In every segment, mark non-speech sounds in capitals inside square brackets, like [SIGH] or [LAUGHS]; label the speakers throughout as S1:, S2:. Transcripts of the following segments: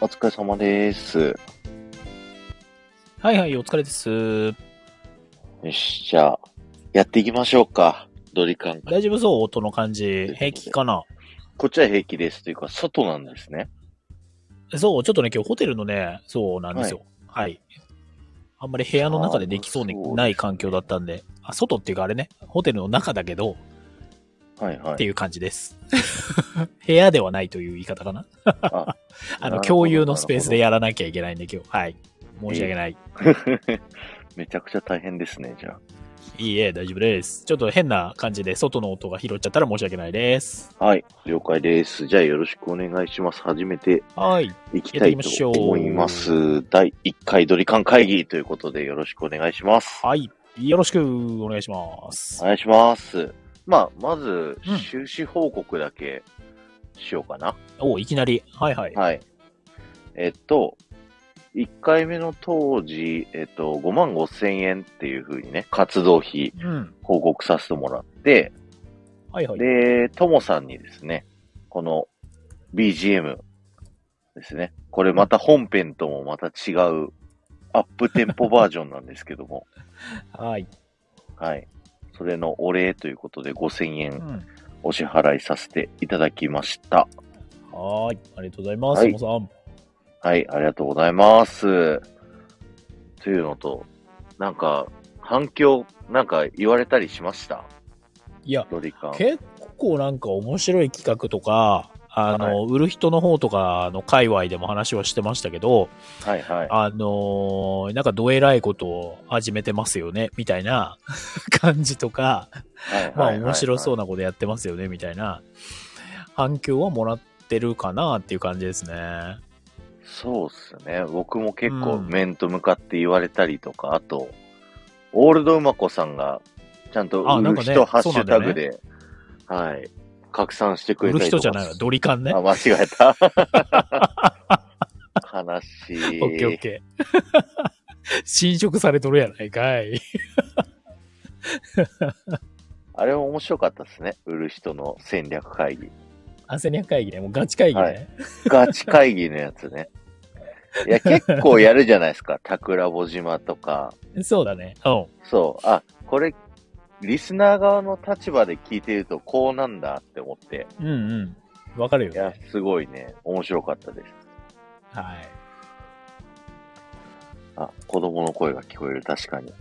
S1: お疲れ様です。
S2: はいはい、お疲れです。
S1: よし、じゃあ、やっていきましょうか。ドリカン。
S2: 大丈夫そう音の感じ。平気かな
S1: こっちは平気です。というか、外なんですね。
S2: そう、ちょっとね、今日ホテルのね、そうなんですよ。はい。あんまり部屋の中でできそうに
S1: あーそう
S2: ない環境だったんで、あ、外っていうかあれね、ホテルの中だけど、
S1: はいは
S2: って
S1: い。
S2: いう感じです。 [LAUGHS] 部屋ではないという言い方かな。
S1: あ
S2: [LAUGHS]
S1: なる
S2: あ
S1: ほ
S2: の、
S1: ど
S2: 共有のスペースでやらなきゃいけないんで、今日。はい。申し訳ない。
S1: めちゃくちゃ大変ですね、じゃ
S2: いいえ、大丈夫です。ちょっと変な感じで、外の音が拾っちゃったら申し訳ないです。
S1: あ。はい。了解です。じゃあ、よろしくお願いします。始めて
S2: はい。
S1: いきたいと思います。第1回ドリカン会議ということで、よろしくお願いします。
S2: はい。よろしくお願いします
S1: お。願いします。まあ、まず
S2: うん、
S1: 収支報告だけしようかな。
S2: お、いきなり。はいはい。
S1: はい。えっと、1回目の当時、えっと、5万5千円っていう風にね、活動費
S2: うん。
S1: 報告させてもらって、
S2: はいはい。
S1: で、ともさんにですね、この BGM ですね、これまた本編ともまた違うアップテンポバージョンなんですけど
S2: [LAUGHS]
S1: も、
S2: はい。
S1: はい。それのお礼ということで5千
S2: う
S1: 円
S2: ん。
S1: お支払いさせていただきました。
S2: はーい。ありがとうございます。
S1: はい
S2: そも
S1: はい、ありがとうございます。というのと、なんか、反響、なんか言われたりしました
S2: さん。いや、
S1: ドリカン。
S2: 結構なんか面白い企画とか、あの、売る人の方とかの界隈でも話はしてましたけど、
S1: はいはい。
S2: あのーなんかどえらいことを始めてますよね、みたいな [LAUGHS] 感じと
S1: はい
S2: か、まあ
S1: はいはいはい
S2: 面白そう。なことやってますよね、みたいな反響はもらってるかなっていう感じですね。
S1: そうっすね。僕も結構
S2: うん
S1: 面と向かって言われたりとか、あと、オールドうまこさんが、ちゃんと
S2: あ
S1: 売
S2: なん
S1: る
S2: かね
S1: 人、ハッシュタグで、はい、拡散してく
S2: 売
S1: れ
S2: る
S1: たりと
S2: 人
S1: か。
S2: じゃないわ、ドリカンね。
S1: あ、
S2: オ
S1: 間違え
S2: [LAUGHS]
S1: た。悲しい。
S2: ッケーオッケ
S1: [LAUGHS]
S2: ー。侵食されとるやないかい。
S1: あれも面白かったですね。売る人の戦略会議。
S2: 汗にゃ会議ね、もうガチ会議ね。
S1: はいガチ会議のやつね。いや、結構やるじゃないですか。 [LAUGHS] 桜穂島とか。
S2: そうだね。うん。
S1: そう。あ、これ、リスナー側の立場で聞いてると、こうなんだって思って。
S2: うんうん。わかるよ
S1: いや
S2: ね。、
S1: すごいね。面白かったです。
S2: はい。
S1: あ、子供の声が聞こえる。確かに。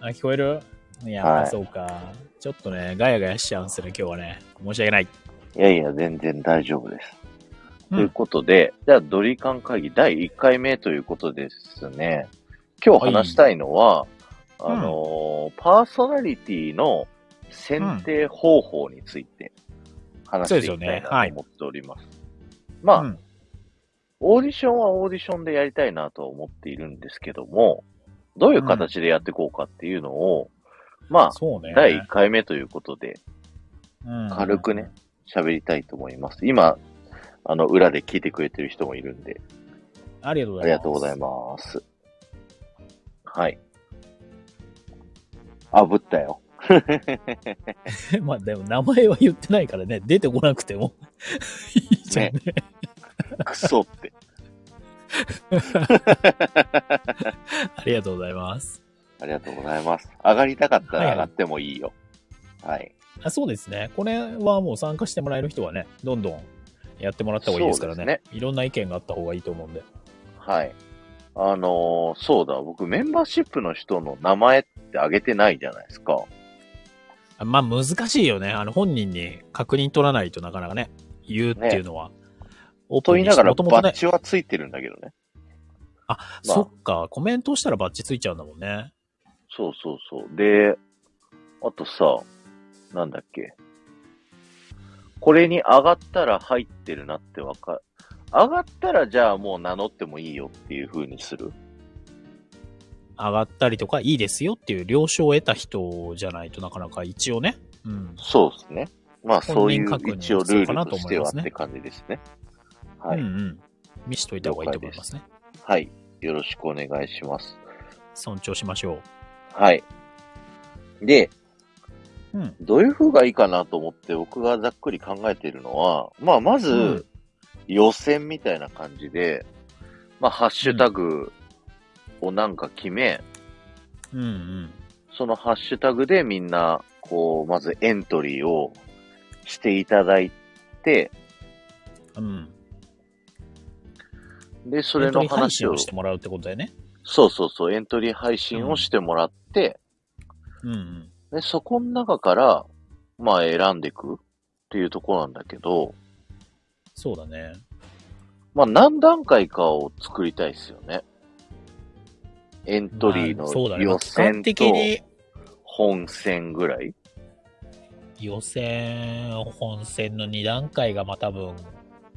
S2: あ、聞こえるいや、
S1: はい
S2: そうか。ちょっとね、ガヤガヤしちゃうんすね、今日はね。申し訳ない。
S1: いやいや、全然大丈夫です。
S2: うん
S1: ということで、じゃあ、ドリカン会議第1回目ということですね。今日話したいのは、
S2: い
S1: あのーパーソナリティの選定方法について話していきたいなと思っております。まあ、
S2: うん。
S1: オーディションはオーディションでやりたいなとは思っているんですけども、どういう形でやっていこうかっていうのを、ま
S2: そうね
S1: あ、。第1回目ということで
S2: うん
S1: 軽くね。喋りたいと思います。今、あの、裏で聞いてくれてる人もいるんで、
S2: ありがとうご
S1: あり
S2: ざいます。
S1: がとうござい
S2: ま
S1: ます。はい。あぶったよ。
S2: す。 [LAUGHS] まあ、でも名前は言ってないからね、出てこなくても [LAUGHS] いいじゃんね。
S1: クソって。
S2: ありがとうございます。
S1: ありがとうございます。上がりたかったら上がってもいいよ。はい。
S2: あそうですね。これはもう参加してもらえる人はね、どんどんやってもらった方がいいですから
S1: そうで
S2: ねいろんな意見があった方がいいと思うんで。
S1: はい。あのーそうだ、僕メンバーシップの人の名前ってあげてないじゃないですか。
S2: まあ難しいよね。あの本人に確認取らないとなかなかね、言うっていうのは。オー
S1: と
S2: プ
S1: 言
S2: ン
S1: い
S2: に
S1: な
S2: して
S1: がら
S2: もともと
S1: バッ
S2: ね、
S1: ジはついてるんだけどね。まあ
S2: そっか、コメントしたらバッチついちゃうんだもんね。
S1: そうそうそう。で、あとさ、なんだっけ。これに上がったら入ってるなってわかる。上がったらじゃあもう名乗ってもいいよっていう風にする。
S2: 上がったりとか、いいですよっていう了承を得た人じゃないとなかなか一応ね。うん。
S1: そうですね。まあ、そういう
S2: 本人確認
S1: 一応ル
S2: そうか
S1: ー
S2: な
S1: ルと
S2: と思
S1: し
S2: い
S1: て
S2: ま
S1: は
S2: すね
S1: って感じですね。はい。
S2: うんうん。見しといた方がいいと思いますね。
S1: はい。よろしくお願いします。
S2: 尊重しましょ
S1: はい。で、
S2: う。うん。
S1: どういう風がいいかなと思って僕がざっくり考えているのは、まあ、まず、
S2: うん
S1: 予選みたいな感じで、まあ、ハッシュタグをなんか決め、
S2: うんうん。
S1: そのハッシュタグでみんな、こう、まずエントリーをしていただいて、
S2: うん。
S1: で、そ
S2: それ
S1: れ
S2: の
S1: の
S2: 配
S1: 話
S2: 信
S1: を
S2: をし、てもらうってことだよね。
S1: そうそうそう、エントリー配信をしてもらって、
S2: うんうん。
S1: で、そこの中から、まあ、選んでいくっていうところなんだけど、
S2: そうだね。
S1: まあ、何段階かを作りたいですよね。エントリー
S2: まあそうだ
S1: の
S2: ね。まあ
S1: 予
S2: 期間
S1: 選
S2: 的
S1: と
S2: に
S1: 本戦ぐらい
S2: 予選、本戦の2段階がまあ多分、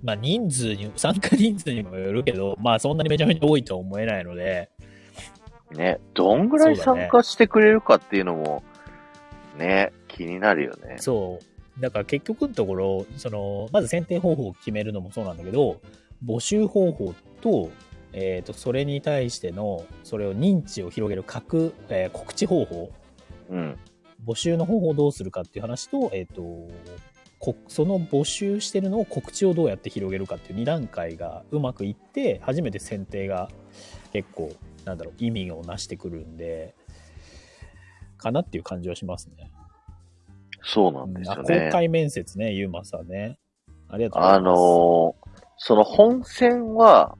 S2: まあ人数に、参加人数にもよるけど、まあそんなにめちゃめちゃ多いとは思えないので、
S1: ね、どんぐらい
S2: そうだね
S1: 参加してくれるかっていうのも、ね、気になるよね。
S2: そう。だから結局のところ、その、まず選定方法を決めるのもそうなんだけど、募集方法と、えっ、と、それに対しての、それを認知を広げる各、えー告知方法、
S1: うん。
S2: 募集の方法をどうするかっていう話と、えっ、と、こその募集してるのを告知をどうやって広げるかっていう2段階がうまくいって、初めて選定が結構、なんだろう、意味をなしてくるんで、かなっていう感じはしますね。
S1: そうなんです
S2: あ
S1: よ
S2: 公
S1: ね。
S2: 開面接ね、ゆうまさんね。ありがとうござ
S1: あ
S2: います。
S1: のーその本戦は、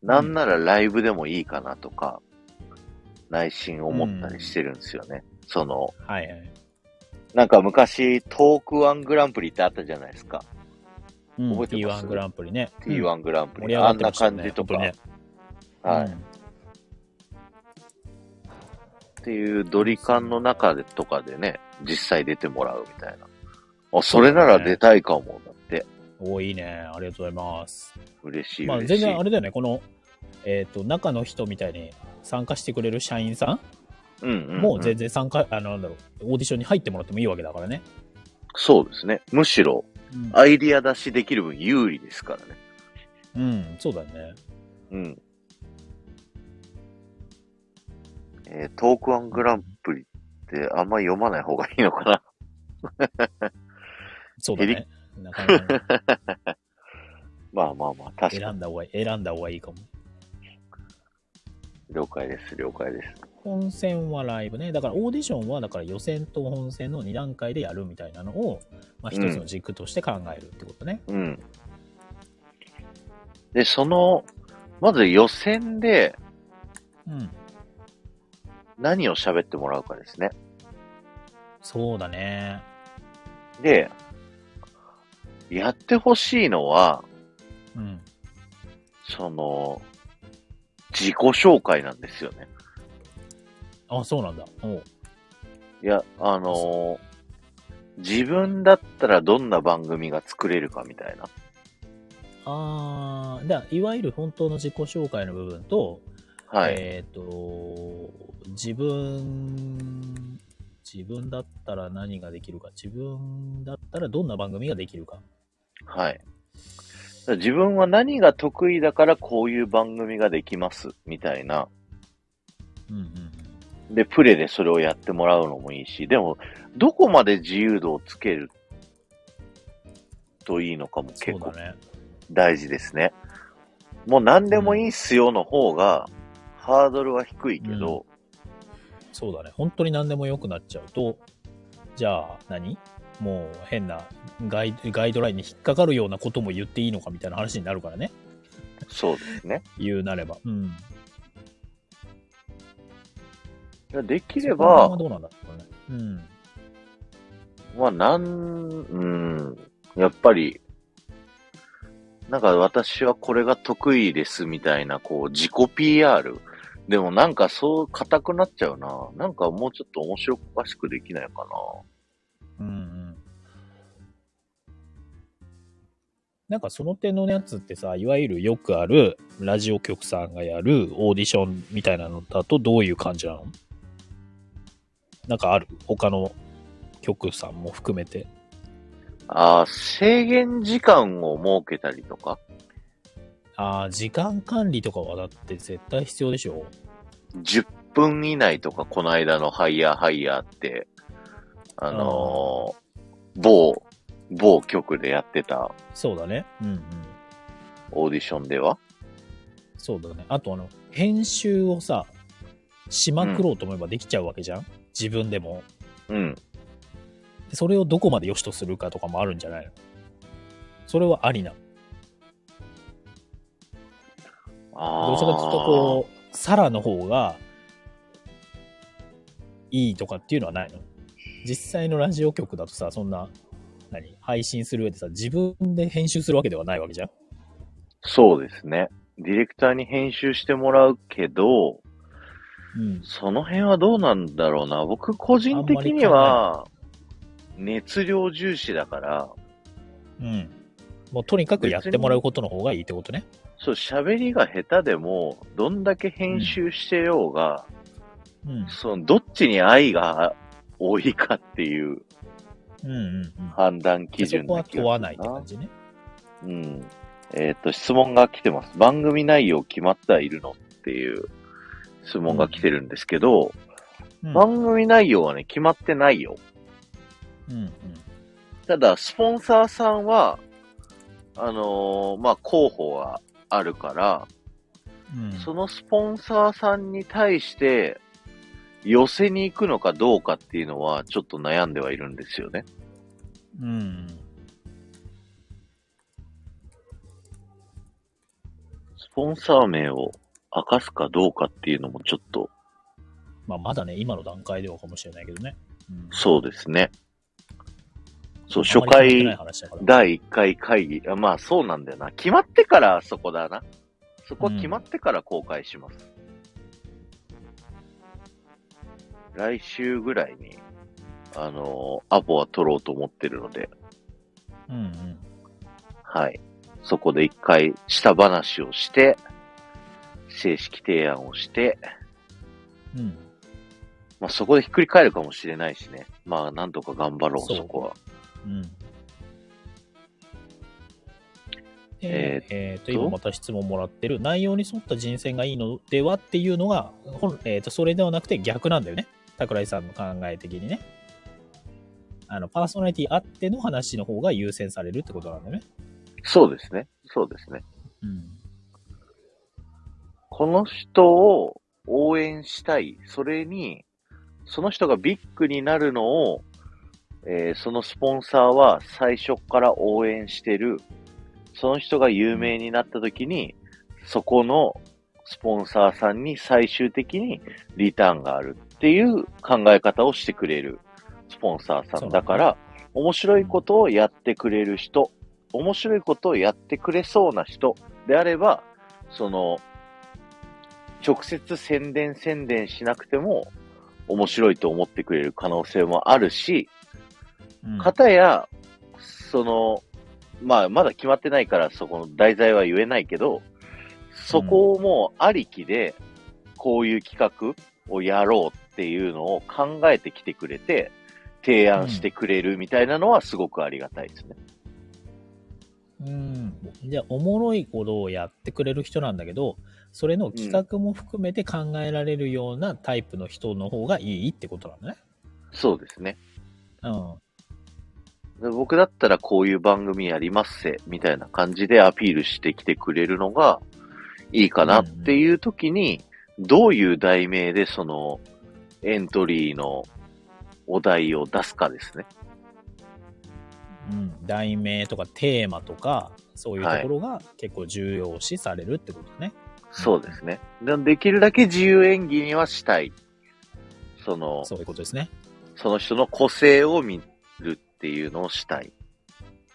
S1: なんならライブでもいいかなとか、内心思ったりしてるんですよね。その、
S2: はいはい。
S1: なんか昔、トークワングランプリってあったじゃないですか。
S2: うん、
S1: 覚えてます
S2: T1 グランプリね。うん
S1: T1 グランプ
S2: 盛
S1: リ。
S2: り上が
S1: あ
S2: っ
S1: ん
S2: て
S1: な
S2: ましたよ
S1: 感
S2: ね。
S1: じとか、
S2: 本当にね
S1: はい、
S2: うん
S1: っていうドリカンの中でとかでね、実際出てもらうみたいな。あ、それなら出たいかも、だって。
S2: おーいいね。ありがとうございます。
S1: 嬉しい、
S2: まあ、
S1: 嬉
S2: 全
S1: しい。
S2: 然あれだよね。この、えっ、と、中の人みたいに参加してくれる社員さ
S1: うんうん
S2: ん
S1: ん
S2: も全然参加、あの、なんだろう、オーディションに入ってもらってもいいわけだからね。
S1: そうですね。むしろ、
S2: うん、
S1: アイディア出しできる分有利ですからね。
S2: うん、そうだよね。
S1: うん。えートークワングランプリってあんま読まない方がいいのかな。
S2: そうだね。なかなかね
S1: まあまあまあ、確か
S2: 選
S1: に。
S2: んだ方がいい、選んだ方がいいかも。
S1: 了解です、了解です。
S2: 本戦はライブね。だからオーディションは、だから予選と本戦の2段階でやるみたいなのを、まあ一つの軸として考えるってことね。
S1: うん。で、その、まず予選で
S2: うん。
S1: 何を喋ってもらうかですね。
S2: そうだね。
S1: で、やってほしいのは、
S2: うん。
S1: その、自己紹介なんですよね。
S2: あ、そうなんだ。おう
S1: いや、あのー自分だったらどんな番組が作れるかみたいな。
S2: あーだいわゆる本当の自己紹介の部分と、
S1: はい。
S2: えっ、と、自分、自分だったら何ができるか、自分だったらどんな番組ができるか。
S1: はい。自分は何が得意だからこういう番組ができます、みたいな。
S2: うんうんうん。
S1: で、プレでそれをやってもらうのもいいし、でも、どこまで自由度をつけるといいのかも
S2: そ
S1: 結
S2: う
S1: 構
S2: だね。
S1: 大事ですね。もう何でもいいっすよの方が、ハードルは低いけど、
S2: そうだね。本当に何でも良くなっちゃうと、じゃあ何、もう変なガイガイドラインに引っかかるようなことも言っていいのかみたいな話になるからね。
S1: そうですね。
S2: 言うなれば。うん。
S1: でき
S2: そ
S1: れ
S2: こ
S1: ば
S2: ら辺は、どうなんだろうね。うん。
S1: まあ、なん、うん、やっぱり、なんか私はこれが得意ですみたいな、こう、自己 PR。でもなんかそう硬くなっちゃうな。なんかもうちょっと面白おかしくできないか
S2: うんうん。なんかその点のやつってさ、いわゆるよくあるラジオ局さんがやるオーディションみたいなのだとどういう感じなのなんかある他の局さんも含めて。
S1: ああ、制限時間を設けたりとか、
S2: ああ、時間管理とかはだって絶対必要でしょ。
S1: 10分以内とか、この間のハイヤーハイヤーって、あのー某、某局でやってた
S2: そうだね。うんうん。
S1: オーディションでは、
S2: そうだね。あとあの、編集をさ、しまくろうと思えばできちゃうわけじゃん、自分でも。
S1: うん。
S2: でそれをどこまで良しとするかとかもあるんじゃないのそれはありなの。
S1: ああ。
S2: どちらかというと、こう、サラの方が、いいとかっていうのはないの実際のラジオ局だとさ、そんな、何配信する上でさ、自分で編集するわけではないわけじゃん
S1: そうですね。ディレクターに編集してもらうけど、
S2: うん。
S1: その辺はどうなんだろうな。僕個人的には、熱量重視だから、
S2: うん。もうとにかくやってもらうことの方がいいってことね。
S1: そう、喋りが下手でも、どんだけ編集してようが、
S2: うん。
S1: その、どっちに愛が多いかっていう
S2: うんうんうん。
S1: 判断基準
S2: そこは
S1: だ
S2: 問わないって感じね。
S1: うん。えっ、と、質問が来てます。番組内容決まってはいるのっていう質問が来てるんですけど、
S2: うん。うん
S1: 番組内容はね、決まってないよ。
S2: うん。
S1: ただ、スポンサーさんは、あのーまあ、候補があるから、
S2: うん。
S1: そのスポンサーさんに対して、寄せに行くのかどうかっていうのは、ちょっと悩んではいるんですよね。
S2: うん。
S1: スポンサー名を明かすかどうかっていうのもちょっと、
S2: まあ、まだね、今の段階ではかもしれないけどね。うん
S1: そうですね。そう、
S2: あ
S1: 初
S2: んまり決まって
S1: 回
S2: ない、話だから
S1: 第1回会議、あまあそうなんだよな。決まってからそこだな。そこは決まってから公開します。来週ぐらいに、あのーアポは取ろうと思ってるので、
S2: うんうん。
S1: はい。そこで一回下話をして、正式提案をして、
S2: うん。
S1: まあそこでひっくり返るかもしれないしね。まあなんとか頑張ろう、
S2: そ
S1: そうこは。
S2: うん。で
S1: えーっと
S2: えーっと、今また質問もらってる、内容に沿った人選がいいのではっていうのが、本えーっと、それではなくて逆なんだよね。桜井さんの考え的にね。あの、パーソナリティあっての話の方が優先されるってことなんだよね。
S1: そうですね。そうですね。
S2: うん。
S1: この人を応援したい。それに、その人がビッグになるのを、えーそのスポンサーは最初から応援してる。その人が有名になった時に、そこのスポンサーさんに最終的にリターンがあるっていう考え方をしてくれるスポンサーさ
S2: そうんだ
S1: だ
S2: ね
S1: から、面白いことをやってくれる人、面白いことをやってくれそうな人であれば、その、直接宣伝宣伝しなくても面白いと思ってくれる可能性もあるし、
S2: うん
S1: かたや、その、まあ、まだ決まってないから、そこの題材は言えないけど、そこをもうありきで、こういう企画をやろうっていうのを考えてきてくれて、提案してくれるみたいなのはすごくありがたいですね。
S2: うん、じゃあおもろいことをやってくれる人なんだけどそれの企画も含めて考えられるようなタイプの人の方がいいってことなんだね。
S1: そうですね。
S2: うん
S1: で僕だったらこういう番組やりますせ、みたいな感じでアピールしてきてくれるのがいいかなっていう時に、どういう題名でそのエントリーのお題を出すかですね。
S2: うん、題名とかテーマとかそういうところが結構重要視されるってことね。
S1: そうですね。でできるだけ自由演技にはしたい。その、
S2: そういうことですね。
S1: その人の個性を見るっていうのをしたい。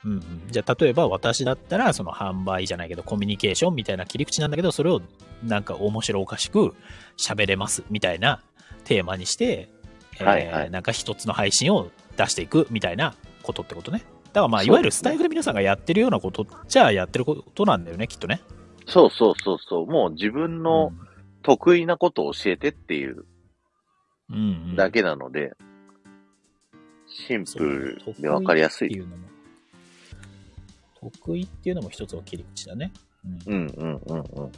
S2: うんうん、じゃあ例えば私だったらその販売じゃないけどコミュニケーションみたいな切り口なんだけどそれをなんか面白おかしく喋れますみたいなテーマにして、えー
S1: はいはい
S2: なんか一つの配信を出していくみたいなことってことね。だからまあ、
S1: そうですね
S2: いわゆるスタイフで皆さんがやってるようなことじゃあやってることなんだよね、きっとね。
S1: そうそうそうそう。もう自分の得意なことを教えてっていう
S2: うん、うんうん
S1: だけなので、シンプルでわかりやす
S2: 得
S1: い。
S2: 意っていうのも得意っていうのも一つの切り口だね。うん
S1: うんうんうんうん。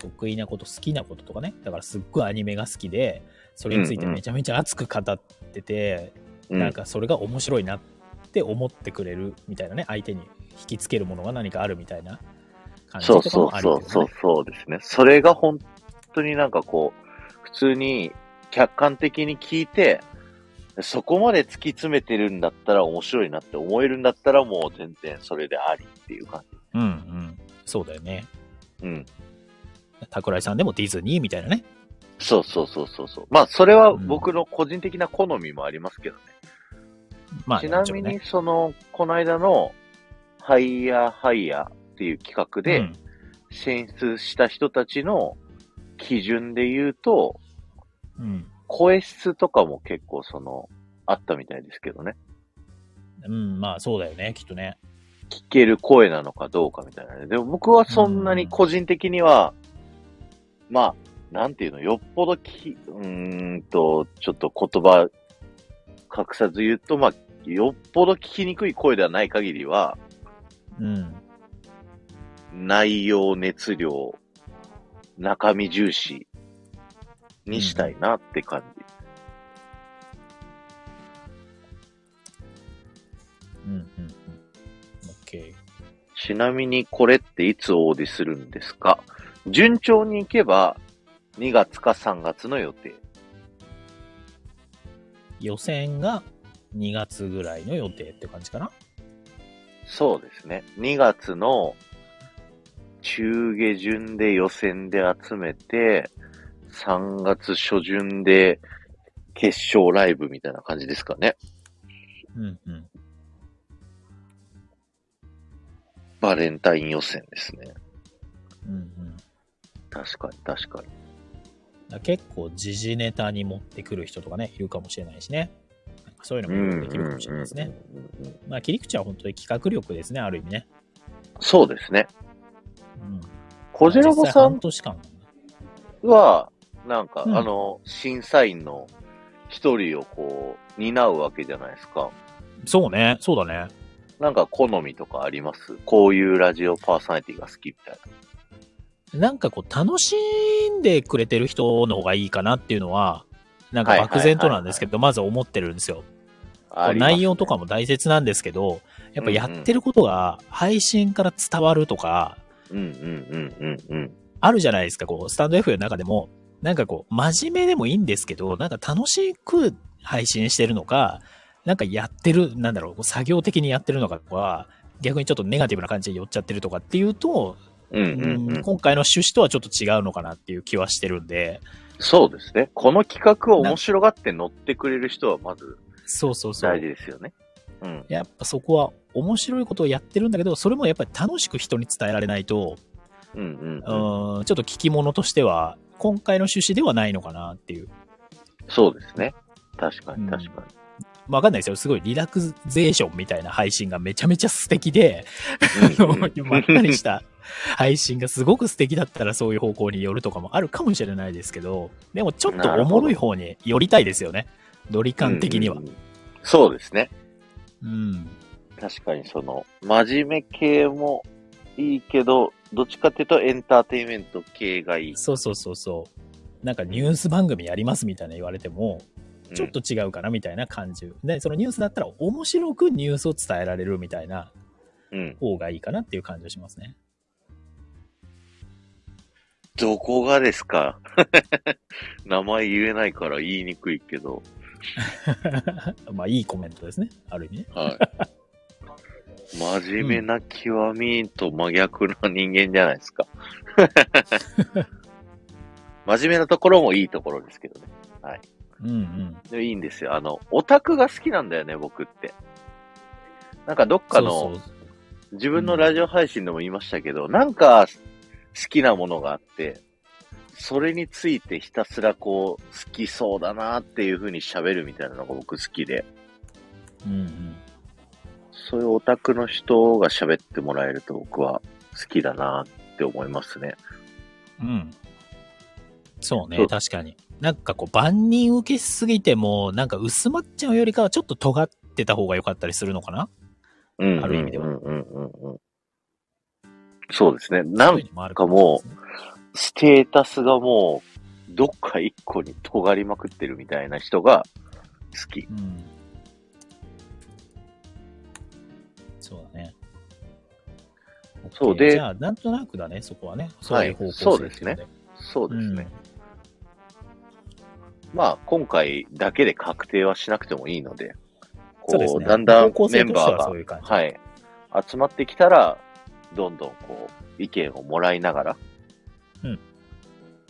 S2: 得意なこと、好きなこととかね。だからすっごいアニメが好きで、それについてめちゃめちゃ熱く語ってて、
S1: うん
S2: なんかそれが面白いなって思ってくれるみたいなね、相手に引きつけるものが何かあるみたいな感じ
S1: そ
S2: と
S1: う
S2: か
S1: そう
S2: もある
S1: そ
S2: よ
S1: う
S2: ね。
S1: そうそうですね。それが本当になんかこう、普通に客観的に聞いて、そこまで突き詰めてるんだったら面白いなって思えるんだったらもう全然それでありっていう感じ。
S2: うんうん。そうだよね。
S1: うん。
S2: 桜井さんでもディズニーみたいなね。
S1: そうそうそうそうそう。まあそれは僕の個人的な好みもありますけどね。
S2: まあ、
S1: ちな
S2: もちろ
S1: み
S2: んね
S1: にその、この間のハイヤーハイヤーっていう企画で、
S2: うん
S1: 選出した人たちの基準で言うと、
S2: うん
S1: 声質とかも結構その、あったみたいですけどね。
S2: うん、まあそうだよね、きっとね。
S1: 聞ける声なのかどうかみたいなね。でも僕はそんなに個人的には、まあ、なんていうの、よっぽどき、うーんと、ちょっと言葉隠さず言うと、まあ、よっぽど聞きにくい声ではない限りは、
S2: うん。
S1: 内容、熱量、中身重視にしたいなって感じ。
S2: うんうんうん。OK。
S1: ちなみにこれっていつオーディするんですか順調にいけば2月か3月の予定。
S2: 予選が2月ぐらいの予定って感じかな。
S1: そうですね。2月の中下旬で予選で集めて、3月初旬で決勝ライブみたいな感じですかね。
S2: うんうん。
S1: バレンタイン予選ですね。
S2: うんうん。だか
S1: 確かに確かに。
S2: ら結構時事ネタに持ってくる人とかね、いるかもしれないしね。そういうのもできるかもしれないですね。
S1: うんうん
S2: まあ切り口は本当に企画力ですね、ある意味ね。
S1: そうですね。
S2: うん。
S1: こじらぼ
S2: 実際
S1: さん
S2: 半年間。
S1: は、なんか、
S2: うん
S1: あの、審査員の一人をこう、担うわけじゃないですか。
S2: そうね、そうだね。
S1: なんか好みとかありますこういうラジオパーソナリティが好きみたい
S2: なんかこう楽しんでくれてる人の方がいいかなっていうのは、なんか
S1: はいはいはい
S2: 漠然となんですけど、まず思ってるんですよ。
S1: な。ありますね
S2: 内容とかも大切なんですけど、やっぱやってることが配信から伝わるとか、
S1: うんうんうんうんうん。
S2: あるじゃないですか、こう、スタンド F の中でも、なんかこう、真面目でもいいんですけど、なんか楽しく配信してるのか、なんかやってる、なんだろう、こう作業的にやってるのかとか、逆にちょっとネガティブな感じで寄っちゃってるとかっていうと、
S1: うんうんう
S2: うん
S1: ん。
S2: 今回の趣旨とはちょっと違うのかなっていう気はしてるんで、
S1: そうですね。この企画を面白がって乗ってくれる人はまず
S2: そうそうそ
S1: 大
S2: う
S1: 事。ですよね。うん。
S2: やっぱそこは面白いことをやってるんだけど、それもやっぱり楽しく人に伝えられないと、
S1: うんうん
S2: う
S1: うん。
S2: ん、ちょっと聞き物としては、今回の趣旨ではないのかなっていう。
S1: そうですね。確かに確か
S2: まあわかんないですよ。すごいリラクゼーションみたいな配信がめちゃめちゃ素敵で、
S1: に。うんうん
S2: [LAUGHS] まったりした配信がすごく素敵だったらそういう方向に寄るとかもあるかもしれないですけど、でもちょっとおもろい方に寄りたいですよね。ドリカン的には
S1: う。んうんうんそうですね。
S2: うん。
S1: 確かにその、真面目系もいいけど、どっちかっていうとエンターテインメント系がいい。
S2: そうそうそうそう。なんかニュース番組やりますみたいな言われても、ちょっと違うかなみたいな感じ。で、そのニュースだったら面白くニュースを伝えられるみたいな
S1: うん。うん。
S2: 方がいいかなっていう感じがしますね。 [LAUGHS]
S1: どこがですか [LAUGHS] 名前言えないから言いにくいけど。
S2: まあいいコメントですね。ある意味ね。
S1: はい。 [LAUGHS] 真面目な極みと真逆な人間じゃないです
S2: [LAUGHS]
S1: か。真面目なところもいいところですけどね。
S2: うんうん。
S1: でもいいんですよ。あの、オタクが好きなんだよね、僕って。なんかどっかの、
S2: そうそう
S1: 自分のラジオ配信でも言いましたけど、なんか好きなものがあって、それについてひたすらこう、好きそうだなっていう風に喋るみたいなのが僕好きで、
S2: うんうん。
S1: そういうオタクの人が喋ってもらえると僕は好きだなって思いますね。
S2: うん。そう
S1: そ
S2: ね、
S1: う
S2: 確かに。なんかこう、万人受けしすぎても、なんか薄まっちゃうよりかは、ちょっと尖ってた方が良かったりするのかな
S1: うん。
S2: ある意味では
S1: うんうんうんうん。そうですね。な
S2: そうい
S1: ん
S2: うのもある
S1: かもステータスがもう、どっか一個に尖りまくってるみたいな人が好き。
S2: う。うん。そうだね。
S1: そう
S2: OK
S1: で
S2: じゃあ、なんとなくだね、そこはね。そういう方向性
S1: そうですね
S2: ってこ
S1: そう
S2: と
S1: ですね。
S2: うん
S1: まあ、今回だけで確定はしなくてもいいので、
S2: そ
S1: こ
S2: うです
S1: う、
S2: ね。
S1: だんだん
S2: 方向
S1: メ
S2: 性
S1: ン
S2: とし
S1: バー
S2: ては
S1: が
S2: そういう感じ。
S1: はい。集まってきたら、どんどんこう、意見をもらいながら、
S2: うん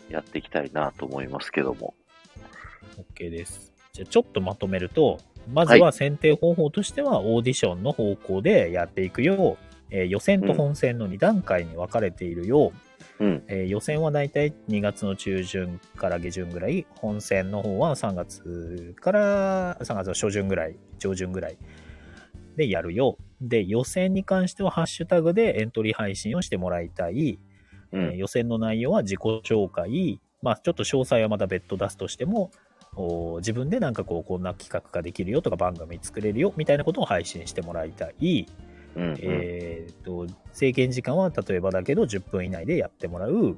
S1: やっていきたいなと思いますけども。
S2: OK です。じゃあちょっとまとめると、まずは選定方法としてはオーディションの方向でやっていくよう、えー予選と本選の2段階に分かれているよう、
S1: うん
S2: えー予選はだいたい2月の中旬から下旬ぐらい、本選の方は3月から3月の初旬ぐらい、上旬ぐらいでやるよう。で、予選に関してはハッシュタグでエントリー配信をしてもらいたい。
S1: う
S2: えー
S1: ん。
S2: 予選の内容は自己紹介、まあ、ちょっと詳細はまだ別途出すとしても、おー自分でなんかこう、こんな企画ができるよとか番組作れるよみたいなことを配信してもらいたい。
S1: うん、うん
S2: えーっと、制限時間は例えばだけど10分以内でやってもらう。
S1: うん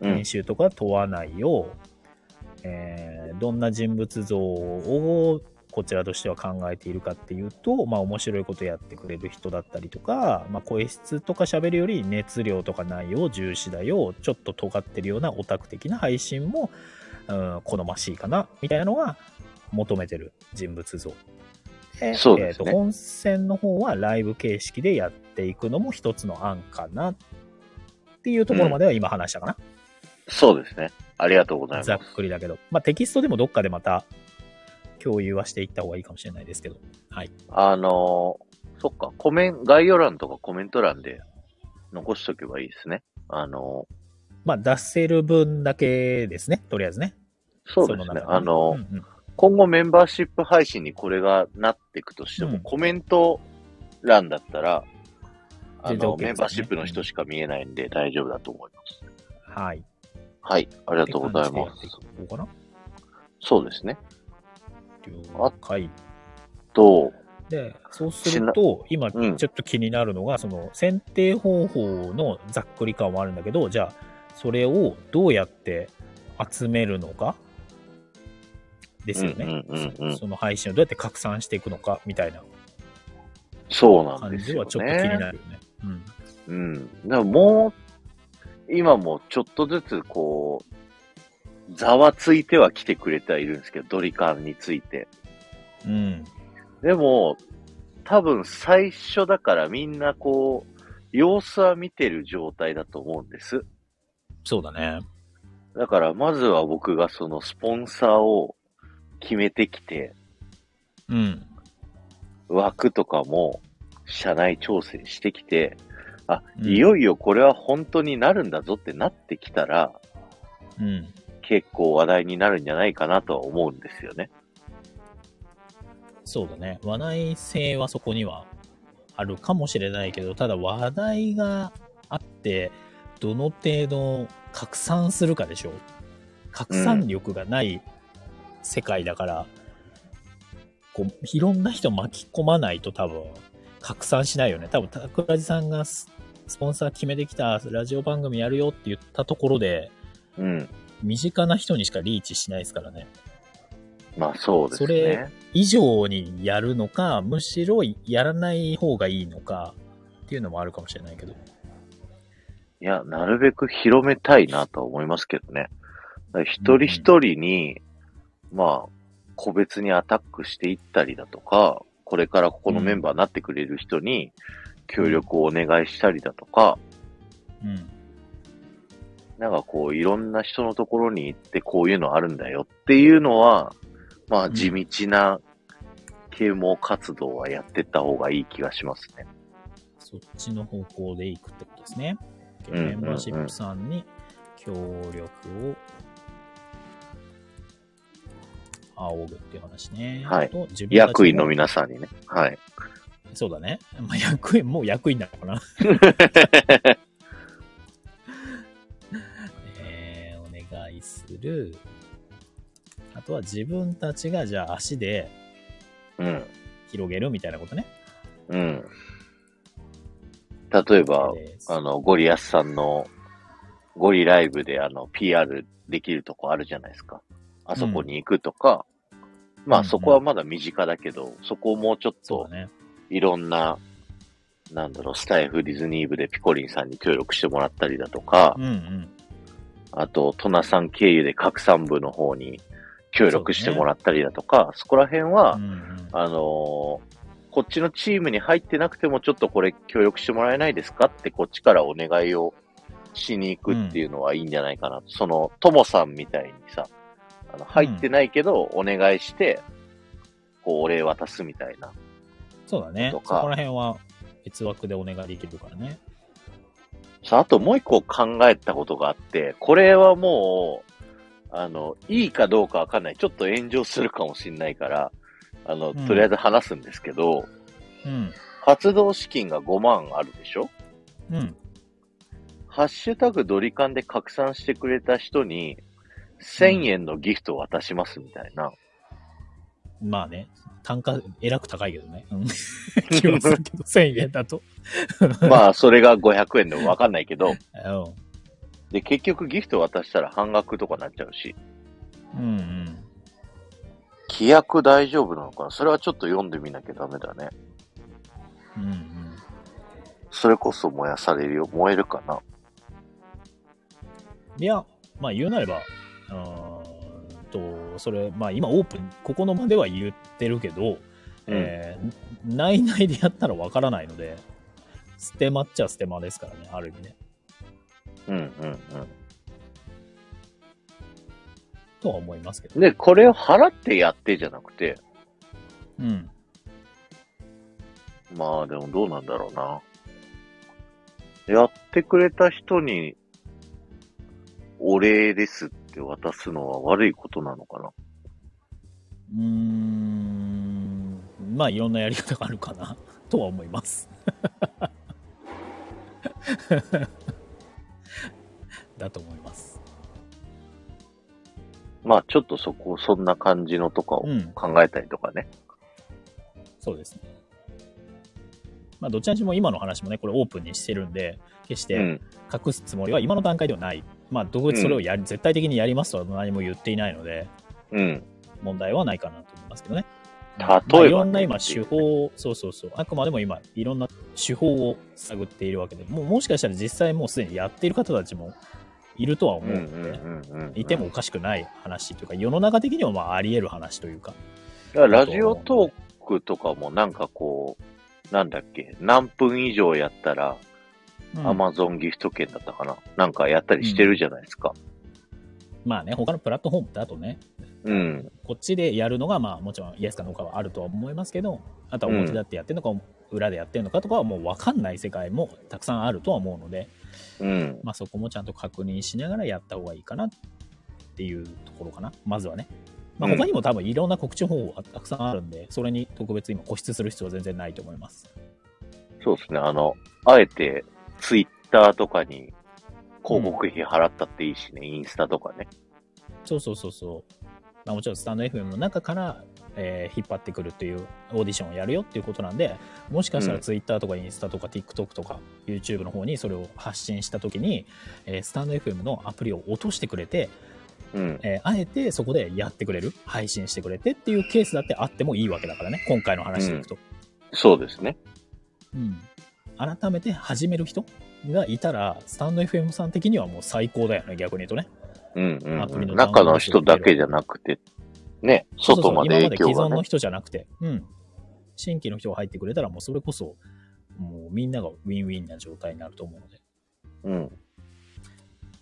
S2: 編。集とか問わないよう、えーどんな人物像をこちらとしては考えているかっていうと、まあ、面白いことやってくれる人だったりとか、まあ、声質とか喋るより熱量とか内容重視だよちょっと尖ってるようなオタク的な配信も、うん、好ましいかなみたいなのが求めてる人物像。
S1: そうですね
S2: えーと本戦の方はライブ形式でやっていくのも一つの案かなっていうところまでは今話したかな。
S1: そうですね。ありがとうござい
S2: ざ
S1: ま
S2: っくりだけど、まあ、テキストでもどっかでまた共有はしていった方がいいかもしれないですけど、はい。
S1: す。あのーそっか、コメン、概要欄とかコメント欄で残しとけばいいですね。あの
S2: まあ、出せる分だけですね、とりあえずね。
S1: ーそうです
S2: の
S1: ね。
S2: 中
S1: あのー
S2: うんうん
S1: 今後メンバーシップ配信にこれがなっていくとしても、
S2: うん
S1: コメント欄だったら、あ
S2: 全然
S1: の、
S2: OK ですね
S1: メンバーシップの人しか見えないんで大丈夫だと思います。
S2: はい。
S1: はい、ありがとうございま
S2: っ
S1: す。
S2: て感じでやっていこうかな。
S1: そうですね。
S2: 了解。
S1: と、
S2: で、そうすると、今ち
S1: う
S2: ょ
S1: ん
S2: っと気になるのが、その選定方法のざっくり感はあるんだけど、じゃあ、それをどうやって集めるのかですよね。
S1: うんうんうんうん
S2: そその配信をどうやって拡散していくのかみたいな
S1: そうなん
S2: 感
S1: です
S2: じ
S1: よ
S2: は
S1: ね。
S2: ちょっと気になるよね。うん
S1: うん。だからもう、今もちょっとずつこう、ざわついては来てくれてはいるんですけど、ドリカンについて。
S2: うん。
S1: でも、多分最初だからみんなこう、様子は見てる状態だと思うんです。
S2: そうだね。
S1: だからまずは僕がそのスポンサーを決めてきて、
S2: うん。
S1: 枠とかも社内調整してきて、あ、
S2: うん
S1: いよいよこれは本当になるんだぞってなってきたら、
S2: うん。
S1: 結構話題になるんじゃないかなとは思うんですよね。
S2: そうだね。話題性はそこにはあるかもしれないけど、ただ話題があって、どの程度拡散するかでしょう。拡散力がない世界だから、こういろんな人巻き込まないと多分拡散しないよね。多分、桜地さんがススポンサー決めてきたラジオ番組やるよって言ったところで、
S1: うん。
S2: 身近な人にしかリーチしないですからね。
S1: まあそうです
S2: それ
S1: ね。
S2: 以上にやるのか、むしろやらない方がいいのかっていうのもあるかもしれないけど。
S1: いや、なるべく広めたいなとは思いますけどね。だから一人一人に、まあ、個別にアタックしていったりだとか、これからここのメンバーになってくれる人に協力をお願いしたりだとか、
S2: うん。
S1: なんかこう、いろんな人のところに行ってこういうのあるんだよっていうのは、まあ
S2: うん
S1: 地道な啓蒙活動はやってった方がいい気がしますね。
S2: そっちの方向でいくってことですね。
S1: うんうんうん
S2: メンバーシップさんに協力を仰ぐっていう話ね。
S1: はい
S2: と自分たちの
S1: 役員の皆さんにね。はい。
S2: そうだね。まあ、役員、もう役員な
S1: [LAUGHS]
S2: のかな。えー、お願いする。あとは自分たちがじゃあ足で
S1: うん。
S2: 広げるみたいなことね。
S1: うん。例えば、
S2: です
S1: あの、ゴリアスさんの、ゴリライブで、あの、PR できるとこあるじゃないですか。あそこに行くとか、ま
S2: う
S1: あ
S2: んうん
S1: そこはまだ身近だけど、そこをもうちょっ
S2: そう
S1: と、
S2: だね。
S1: いろんな、なんだろう、スタイフディズニー部でピコリンさんに協力してもらったりだとか
S2: う、んうん。
S1: あと、トナさん経由で拡散部の方に協力してもらったりだとか、そ,、こら辺は、
S2: うんうん
S1: あのーこっちのチームに入ってなくてもちょっとこれ協力してもらえないですかってこっちからお願いをしに行くっていうのはいいんじゃないかな。その、ともさんみたいにさ、あの入ってないけどお願いして、こうお礼渡すみたいな。
S2: そうだね。そ
S1: と
S2: こ
S1: から
S2: 辺は別枠でお願いできるからね。
S1: さあ、あともう一個考えたことがあって、これはもう、あの、いいかどうかわかんない。ちょっと炎上するかもしんないから、あの、
S2: うん
S1: とりあえず話すんですけど、
S2: うん。
S1: 活動資金が5万あるでしょ
S2: うん。
S1: ハッシュタグドリカンで拡散してくれた人に、1000円のギフトを渡しますみたいな。 [LAUGHS]
S2: まあね。単価、えらく高いけどね。
S1: [LAUGHS]
S2: うん気はするけど、1000円だと。
S1: まあ、それが500円でもわかんないけど、
S2: うん。
S1: で、結局ギフト渡したら半額とかなっちゃうし、
S2: うんうん。
S1: 規約大丈夫なのかなそれはちょっと読んでみなきゃダメだね。
S2: うんうん。
S1: それこそ燃やされるよ。燃えるかない
S2: や、まあ言うなれば、うーんと、それ、まあ今オープン、ここの場では言ってるけど、えー内々でやったらわからないので、ステマっちゃステマですからね、ある意味ね。
S1: うんうん
S2: とは思いますけど。
S1: うん。で、これを払ってやってじゃなくて、
S2: うん。
S1: まあでもどうなんだろうな。やってくれた人に、お礼ですって渡すのは悪いことなのかな。
S2: うーん。まあいろんなやり方があるかな、 [LAUGHS] とは思います。 [LAUGHS] だと思います。
S1: まあちょっとそこ、そんな感じのとかを
S2: うん。
S1: 考えたりとかね。
S2: そうですね。まあどちらにしても今の話もね、これオープンにしてるんで、決して、
S1: うん。
S2: 隠すつもりは今の段階ではない。まあ、独立それをやり、絶対的にやりますとは何も言っていないので、
S1: うん。
S2: 問題はないかなと思いますけどね。
S1: 例えば
S2: まあいろんな今
S1: ねってい
S2: 手
S1: う
S2: 法を、そうそうそう、あくまでも今、いろんな手法を探っているわけで、もうもしかしたら実際もうすでにやっている方たちもいるとは
S1: う
S2: 思
S1: ん
S2: う
S1: うん
S2: で、
S1: んうんうん。
S2: いてもおかしくない話というか、世の中的にはまああり得る話というか。
S1: だからラジオトークとかもなんかこう、なんだっけ、何分以上やったら、
S2: うん
S1: アマゾンギフト券だったかな。なんかやったりしてるじゃないですか。
S2: まあね、他のプラットフォームだとね、
S1: うん。
S2: こっちでやるのが、まあもちろんイエスかノーかはあるとは思いますけど、あとは表だってやってるのか、裏でやってるのかとかはもう分かんない世界もたくさんあるとは思うので、
S1: うん。
S2: まあそこもちゃんと確認しながらやった方がいいかなっていうところかな、まずはね。まあ
S1: うん
S2: 他にも多分いろんな告知方法がたくさんあるんで、それに特別今固執する必要は全然ないと思います。
S1: そうですね。あの、あえて、ツイッターとかに広告費払ったっていいしね、インスタとかね。
S2: そうそうそうそう。まあ、もちろんスタンド FM の中から、えー引っ張ってくるというオーディションをやるよっていうことなんで、もしかした
S1: う
S2: ら
S1: ん
S2: Twitter とかインスタとか TikTok とか YouTube の方にそれを発信したときに、えースタンド FM のアプリを落としてくれて、
S1: うん。
S2: えーあえてそこでやってくれる、配信してくれてっていうケースだってあってもいいわけだからね、今回の話でいくと。
S1: そうですね。
S2: うん改めて始める人がいたら、スタンド FM さん的にはもう最高だよね、逆に言うとね。
S1: うんうん、
S2: アプ
S1: う
S2: リ
S1: ん。
S2: の
S1: 中の人だけじゃなくて、ね、
S2: そうそう
S1: 外まで影
S2: 今ま
S1: 響
S2: で既存
S1: が
S2: の
S1: ね。
S2: 人じゃなくて、うん。新規の人が入ってくれたら、もうそれこそ、もうみんながウィンウィンな状態になると思うので、
S1: うん。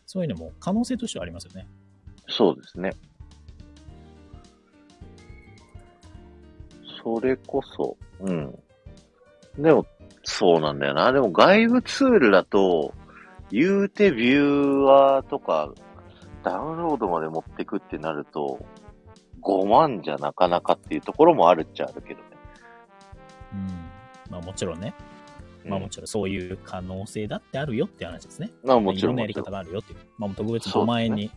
S2: そういうのも可能性としてはありますよね。
S1: そうですね。それこそ、うん。でも、そうなんだよな。でも外部ツールだと、言うてビューアーとか、ダウンロードまで持ってくってなると、5万じゃなかなかっていうところもあるっちゃあるけどね。
S2: うん。ままあもちろんね、まあも
S1: ろ
S2: ちろんそういう可能性だってあるよって話ですね。
S1: ん。まあ
S2: まあ
S1: も
S2: い
S1: ち
S2: ろ
S1: ろん。
S2: んなや
S1: も
S2: り
S1: ちろん
S2: 方があるよっていう。まあ特別
S1: そうですね
S2: 5万円に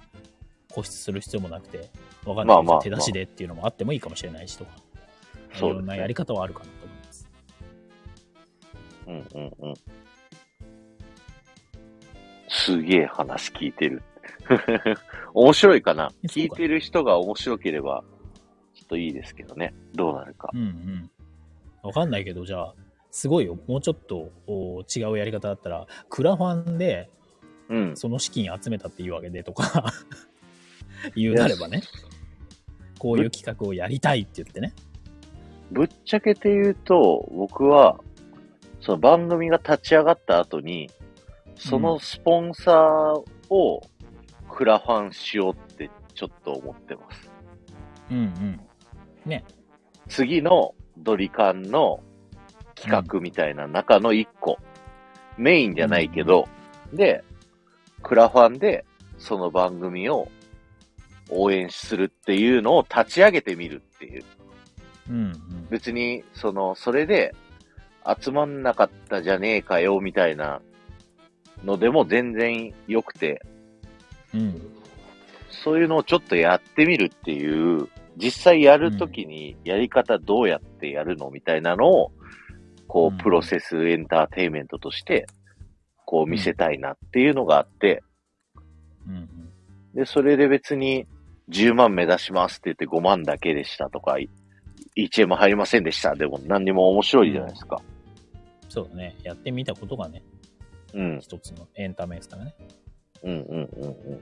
S2: 固執する必要もなくて、わかんない
S1: ま
S2: け
S1: あま
S2: ど
S1: あ
S2: 手出しでっていうのもあってもいいかもしれないしとか、い
S1: そうですね
S2: ろんなやり方はあるかなと思います。
S1: うんうんうん。すげえ話聞いてる。 [LAUGHS] 面白いかな
S2: えそう
S1: 聞
S2: か
S1: いてる人が面白ければ、ちょっといいですけどね。どうなるか。
S2: うんうん。わかんないけど、じゃあ、すごいよ。もうちょっとお違うやり方だったら、クラファンで
S1: うん。
S2: その資金集めたっていうわけでとか、 [LAUGHS] 言うなればね、こういう企画をやりたいって言ってね。
S1: ぶっちゃけて言うと、僕は、その番組が立ち上がった後に、そのスポンサーをクラファンしようってちょっと思ってます。
S2: うんうん。
S1: 次のドリカンの企画みたいな中の一個、メインじゃないけど、で、クラファンでその番組を応援するっていうのを立ち上げてみるっていう。
S2: うんうん。
S1: 別に、その、それで、集まんなかったじゃねえかよ、みたいなのでも全然良くて、
S2: うん。
S1: そういうのをちょっとやってみるっていう、実際やるときにやり方どうやってやるのみたいなのを、こ
S2: うん
S1: う、プロセスエンターテインメントとして、こう見せたいなっていうのがあって、
S2: うんうん。
S1: で、それで別に10万目指しますって言って5万だけでしたとか、い1円も入りませんでした。でも何にも面白いじゃないですか。
S2: そうだね。やってみたことがね、
S1: うん。
S2: 一つのエンタメですからね。
S1: うんうんうんうん。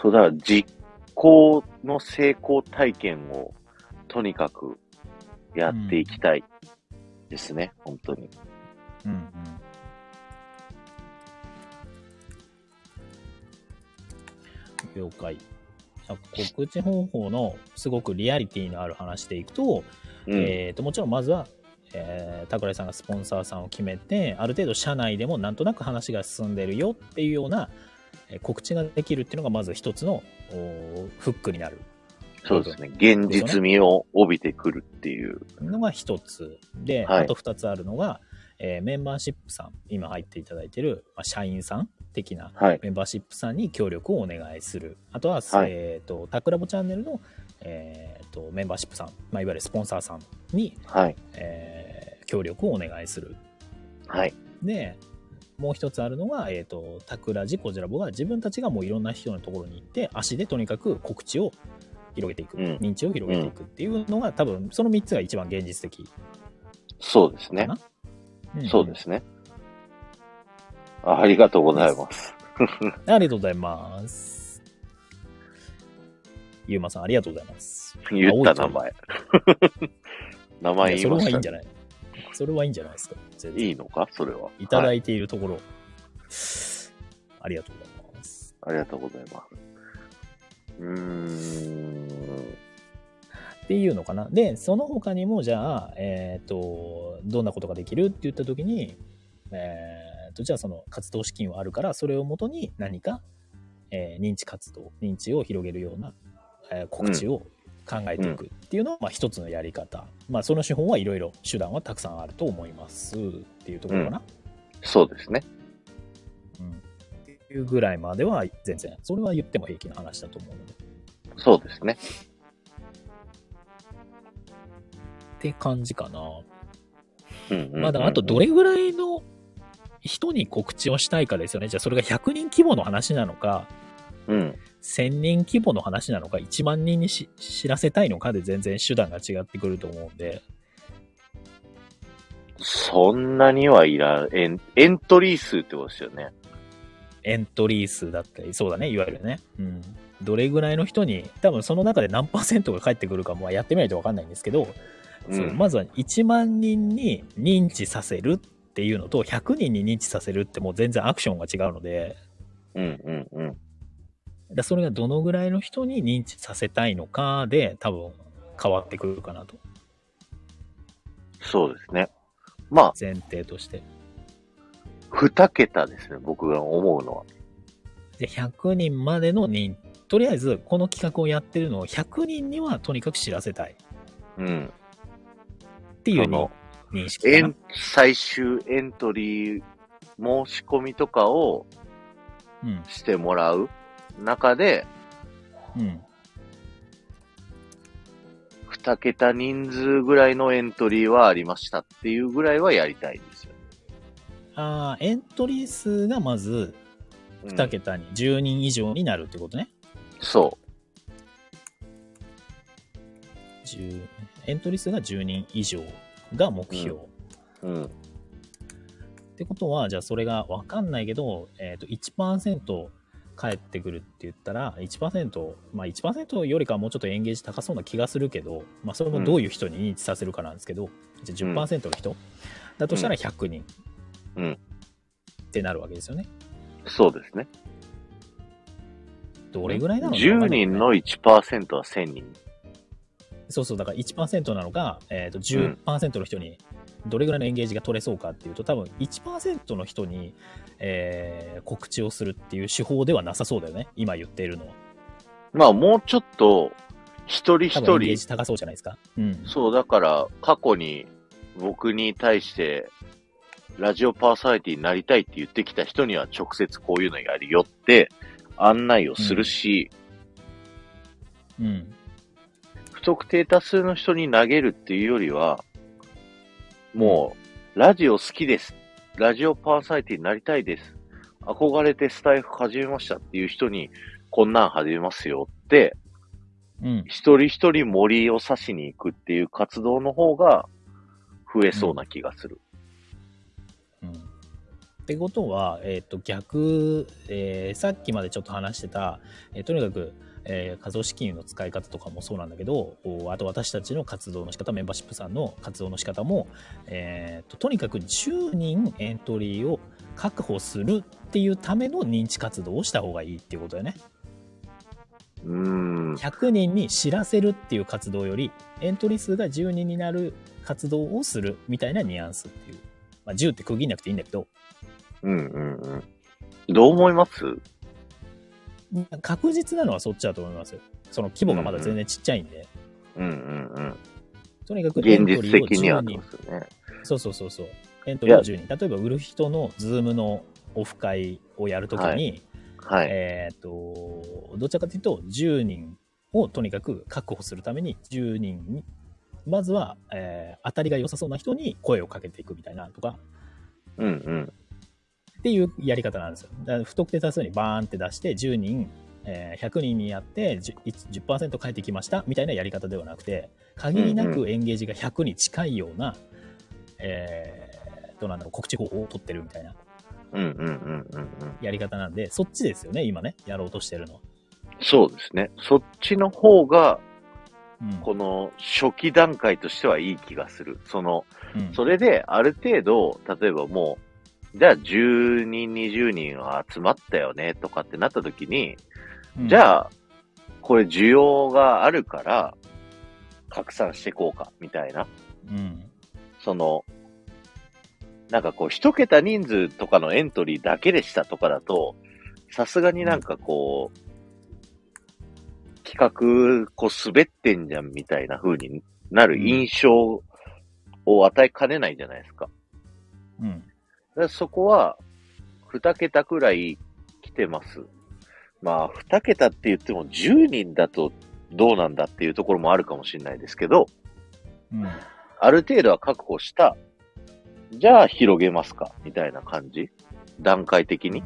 S1: そうだ、実行の成功体験をとにかくやっていきたいですね、本当に。
S2: うんうん。了解。じゃあ告知方法のすごくリアリティのある話でいくと、
S1: うん。
S2: えー、ともちろんまずは、えー、桜井さんがスポンサーさんを決めてある程度社内でもなんとなく話が進んでるよっていうようなえー告知ができるっていうのがまず一つのおーフックになる
S1: そうですね。現実味を帯びてくるっていう。
S2: のが一つで、
S1: はい
S2: あと二つあるのが、えーメンバーシップさん今入っていただいてる、まあ、社員さん的な
S1: はい。
S2: メンバーシップさんに協力をお願いするあとは、
S1: はい
S2: えっ、とタクラボチャンネルの、えー、とメンバーシップさん、まあ、いわゆるスポンサーさんに、
S1: はい。
S2: えー協力をお願いする
S1: はい。
S2: で、もう一つあるのが、えっ、と、タクラジ、コジラボが自分たちがもういろんな人のところに行って、足でとにかく告知を広げていく、
S1: うん
S2: 認知を広げていくっていうのが、多分その3つが一番現実的
S1: そうです
S2: か
S1: ね
S2: な。。ん
S1: そうですね。あありがとうございます。
S2: ありがとうございます。ゆうまさん、ありがとうございます。
S1: 言った名
S2: 青い
S1: 前。 [LAUGHS] 名前
S2: い
S1: 言
S2: や
S1: いま
S2: それはい
S1: し
S2: いん
S1: た
S2: じ。ゃないそれはいいんじゃないですか。全然
S1: いいのかそれは。
S2: いた
S1: は
S2: だいているところ、ありがとうございます。
S1: ありがとうございます。うーん。
S2: っていうのかな。で、その他にも、じゃあ、えっ、と、どんなことができるって言った時に、えっ、と、じゃあその活動資金はあるから、それをもとに何か、えー認知活動、認知を広げるような、えー告知を考えていくっていうのは、まあ一つのやり方。まあ、その手法はいろいろ、手段はたくさんあると思いますっていうところかな。
S1: そうですね。
S2: うんっていうぐらいまでは全然、それは言っても平気な話だと思うので。
S1: そうですね。
S2: って感じかな。
S1: うんうんうんうん
S2: まだあとどれぐらいの人に告知をしたいかですよね。じゃあそれが100人規模の話なのか、
S1: うん。
S2: 1000人規模の話なのか、1万人にし知らせたいのかで全然手段が違ってくると思うんで。
S1: そんなにはいらん。エンエントリー数ってことですよね。
S2: エントリー数だったり、そうだね、いわゆるね。うん。どれぐらいの人に、多分その中で何パーセントが返ってくるかもやってみないとわかんないんですけど、
S1: う。
S2: そうんまずは1万人に認知させるっていうのと、100人に認知させるってもう全然アクションが違うので、
S1: うんうんうん。
S2: だからそれがどのぐらいの人に認知させたいのかで多分変わってくるかなと
S1: そうですね。まあ、
S2: 前提として
S1: 二桁ですね。僕が思うのは。
S2: で100人までの認とりあえずこの企画をやってるのを100人にはとにかく知らせたいっ
S1: うん。
S2: ていう
S1: その
S2: 認識
S1: エ
S2: かな
S1: ン、最終エントリー申し込みとかを
S2: うん。
S1: してもらう中で、
S2: うん。
S1: 2桁人数ぐらいのエントリーはありましたっていうぐらいはやりたいんですよ。
S2: ああ、エントリー数がまず
S1: うん
S2: 2桁に、10人以上になるってことね。
S1: そ
S2: 10エントリー数が10人以上が目標。
S1: うう。うん。
S2: ってことは、じゃあそれが分かんないけど、えー、と1%返ってくるって言ったら、1%、まあ1%よりかはもうちょっとエンゲージ高そうな気がするけど、まあそれもどういう人に認知させるかなんですけど、じゃあ10%の人、だとしたら100人、
S1: うん
S2: ってなるわけですよね。
S1: そうですね。
S2: どれぐらいなのかわ
S1: ?10
S2: かんないよね
S1: 人の1%は1000人。
S2: そうそう、だから1%なのか、えー、と10%の人にどれぐらいのエンゲージが取れそうかっていうと、多分1%の人に、えー告知をするっていう手法ではなさそうだよね、今言っているのは。
S1: まあもうちょっと、一人
S2: 多分エ
S1: 一
S2: ンゲ
S1: 人、
S2: ージ高そうじゃないですか。うん。
S1: そうだから過去に僕に対して、ラジオパーソナリティになりたいって言ってきた人には直接こういうのやりよって案内をするし、
S2: うん。
S1: 不特定多数の人に投げるっていうよりは、もう、ラジオ好きです。ラジオパーソナリティになりたいです。憧れてスタイフ始めましたっていう人に、こんなん始めますよって、
S2: うん。
S1: 一人一人森を刺しに行くっていう活動の方が増えそうな気がする。
S2: うんってことは、えっと逆、えーさっきまでちょっと話してた、えーとにかく、えー、仮想資金の使い方とかもそうなんだけどおあと私たちの活動の仕方メンバーシップさんの活動の仕方も、えーととにかく10人エントリーを確保するっていうための認知活動をした方がいいっていうことだよね
S1: うーん。
S2: 100人に知らせるっていう活動よりエントリー数が10人になる活動をするみたいなニュアンスっていう、まあ、10って区切んなくていいんだけど
S1: うんうんうん。どう思います
S2: 確実なのはそっちだと思いますよ。その規模がまだ全然ちっちゃいんで、
S1: うんうん
S2: とにか
S1: う
S2: く
S1: ん。
S2: エ
S1: 現
S2: ン
S1: 実
S2: トリーを
S1: 的には
S2: 10
S1: って
S2: 人
S1: こ、とですよね。
S2: そうそうそうそう、エントリーを10人、例えば売る人のズームのオフ会をやるときに、
S1: ははい。
S2: えっ、と、どちらかというと、10人をとにかく確保するために、10人に、まずは、えー当たりが良さそうな人に声をかけていくみたいなとか、
S1: うんうん。
S2: っていうやり方なんですよ。だから不特定多数にバーンって出して10人、えー100人にやって10 10%返ってきましたみたいなやり方ではなくて限りな
S1: うん
S2: くエンゲージが100に近いような、えーどうなんだろう告知方法を取ってるみたいな
S1: うんうんうんうんうん。
S2: やり方なんでそっちですよね今ねやろうとしてるの。
S1: そうですね。そっちの方が、
S2: うん
S1: この初期段階としてはいい気がする。その、
S2: うん
S1: それである程度、例えばもう、じゃあ10人、20人は集まったよねとかってなった時に、
S2: うん
S1: じゃあ、これ需要があるから、拡散していこうか、みたいな。
S2: うん
S1: その、なんかこう、一桁人数とかのエントリーだけでしたとかだと、さすがになんかこう、企画、こう、滑ってんじゃんみたいな風になる印象を与えかねないじゃないですか。
S2: うん
S1: だからそこは、二桁くらい来てます。まあ、二桁って言っても10人だとどうなんだっていうところもあるかもしれないですけど、
S2: うん
S1: ある程度は確保した。じゃあ広げますか、みたいな感じ。段階的に。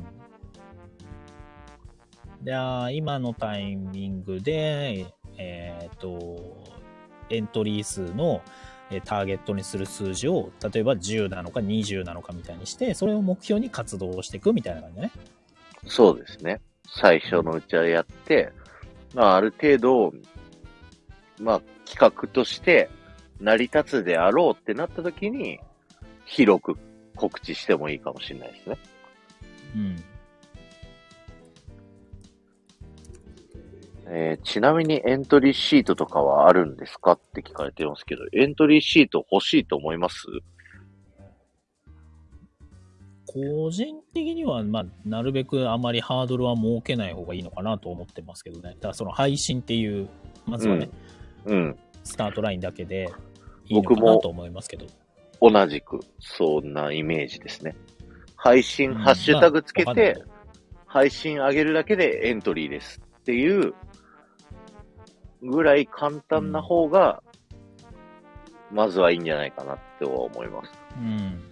S2: じゃあ、今のタイミングで、えっ、と、エントリー数のえーターゲットにする数字を、例えば10なのか20なのかみたいにして、それを目標に活動をしていくみたいな感じね。
S1: そうですね。最初のうちはやって、まあある程度、まあ企画として成り立つであろうってなった時に、広く告知してもいいかもしれないですね。
S2: うん。
S1: えーちなみにエントリーシートとかはあるんですかって聞かれてますけど、エントリーシート欲しいと思います
S2: 個人的には、まあ、なるべくあまりハードルは設けない方がいいのかなと思ってますけどね。ただ、その配信っていう、まずはね、
S1: うん。
S2: スタートラインだけでいいのかなと思いますけど。
S1: 同じく、そんなイメージですね。配信、
S2: うん
S1: ハッシュタグつけ
S2: まあわかん
S1: て
S2: ない、
S1: 配信上げるだけでエントリーですっていうぐらい簡単な方が、まずはいいんじゃないかなっては思います。
S2: うん、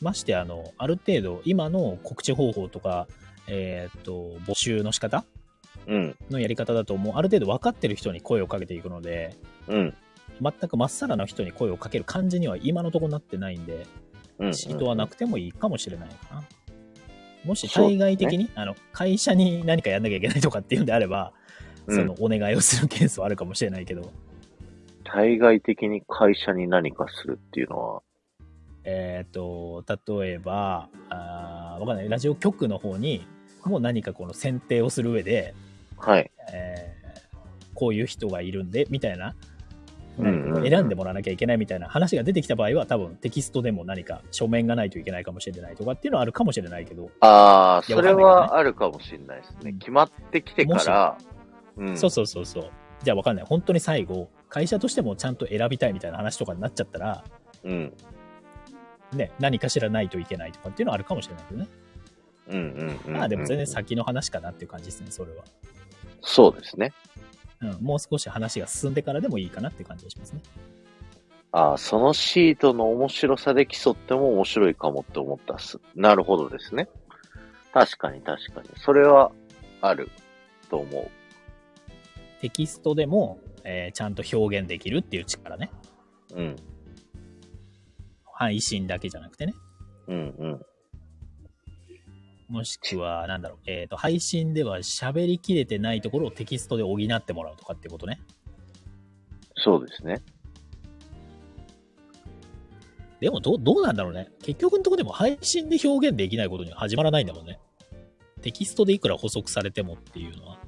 S2: ましてあのある程度今の告知方法とか、えーっと募集の仕方
S1: うん、
S2: のやり方だともうある程度分かってる人に声をかけていくので
S1: うん、
S2: 全くまっさらな人に声をかける感じには今のところなってないんで
S1: うん。
S2: シートはなくてもいいかもしれないかな。もし
S1: そうですね
S2: 対外的に、あの会社に何かやんなきゃいけないとかっていうんであれば、
S1: うん
S2: そのお願いをするケースはあるかもしれないけど、
S1: 対外的に会社に何かするっていうのは、
S2: えっ、と、例えば、あーわかんない、ラジオ局の方に、もう何かこの選定をする上で、
S1: はい。
S2: えーこういう人がいるんで、みたいな、
S1: うんうんうん
S2: 選んでもらわなきゃいけないみたいな話が出てきた場合は、多分テキストでも何か書面がないといけないかもしれないとかっていうのはあるかもしれないけど、
S1: ああ、
S2: いや
S1: それ
S2: わ
S1: はあるかもしれないです
S2: う
S1: ね
S2: ん。
S1: 決まってきてから、うん。
S2: そうそうそうそう。じゃあ分かんない。本当に最後、会社としてもちゃんと選びたいみたいな話とかになっちゃったら、
S1: うん。
S2: ね、何かしらないといけないとかっていうのはあるかもしれないけどね。
S1: うんうんうんうん、うん。
S2: まあでも全然先の話かなっていう感じですね、それは。
S1: そうですね。
S2: うん、もう少し話が進んでからでもいいかなっていう感じがしますね。
S1: ああ、そのシートの面白さで競っても面白いかもって思ったっす。なるほどですね。確かに確かに。それはあると思う。
S2: テキストでも、えーちゃんと表現できるっていう力ね。
S1: うん。
S2: 配信だけじゃなくてね。
S1: うんうん。
S2: もしくは、なんだろう、えっ、と、配信では喋りきれてないところをテキストで補ってもらうとかってことね。
S1: そうですね。
S2: でもどう、どうなんだろうね。結局のとこでも配信で表現できないことには始まらないんだもんね。テキストでいくら補足されてもっていうのは。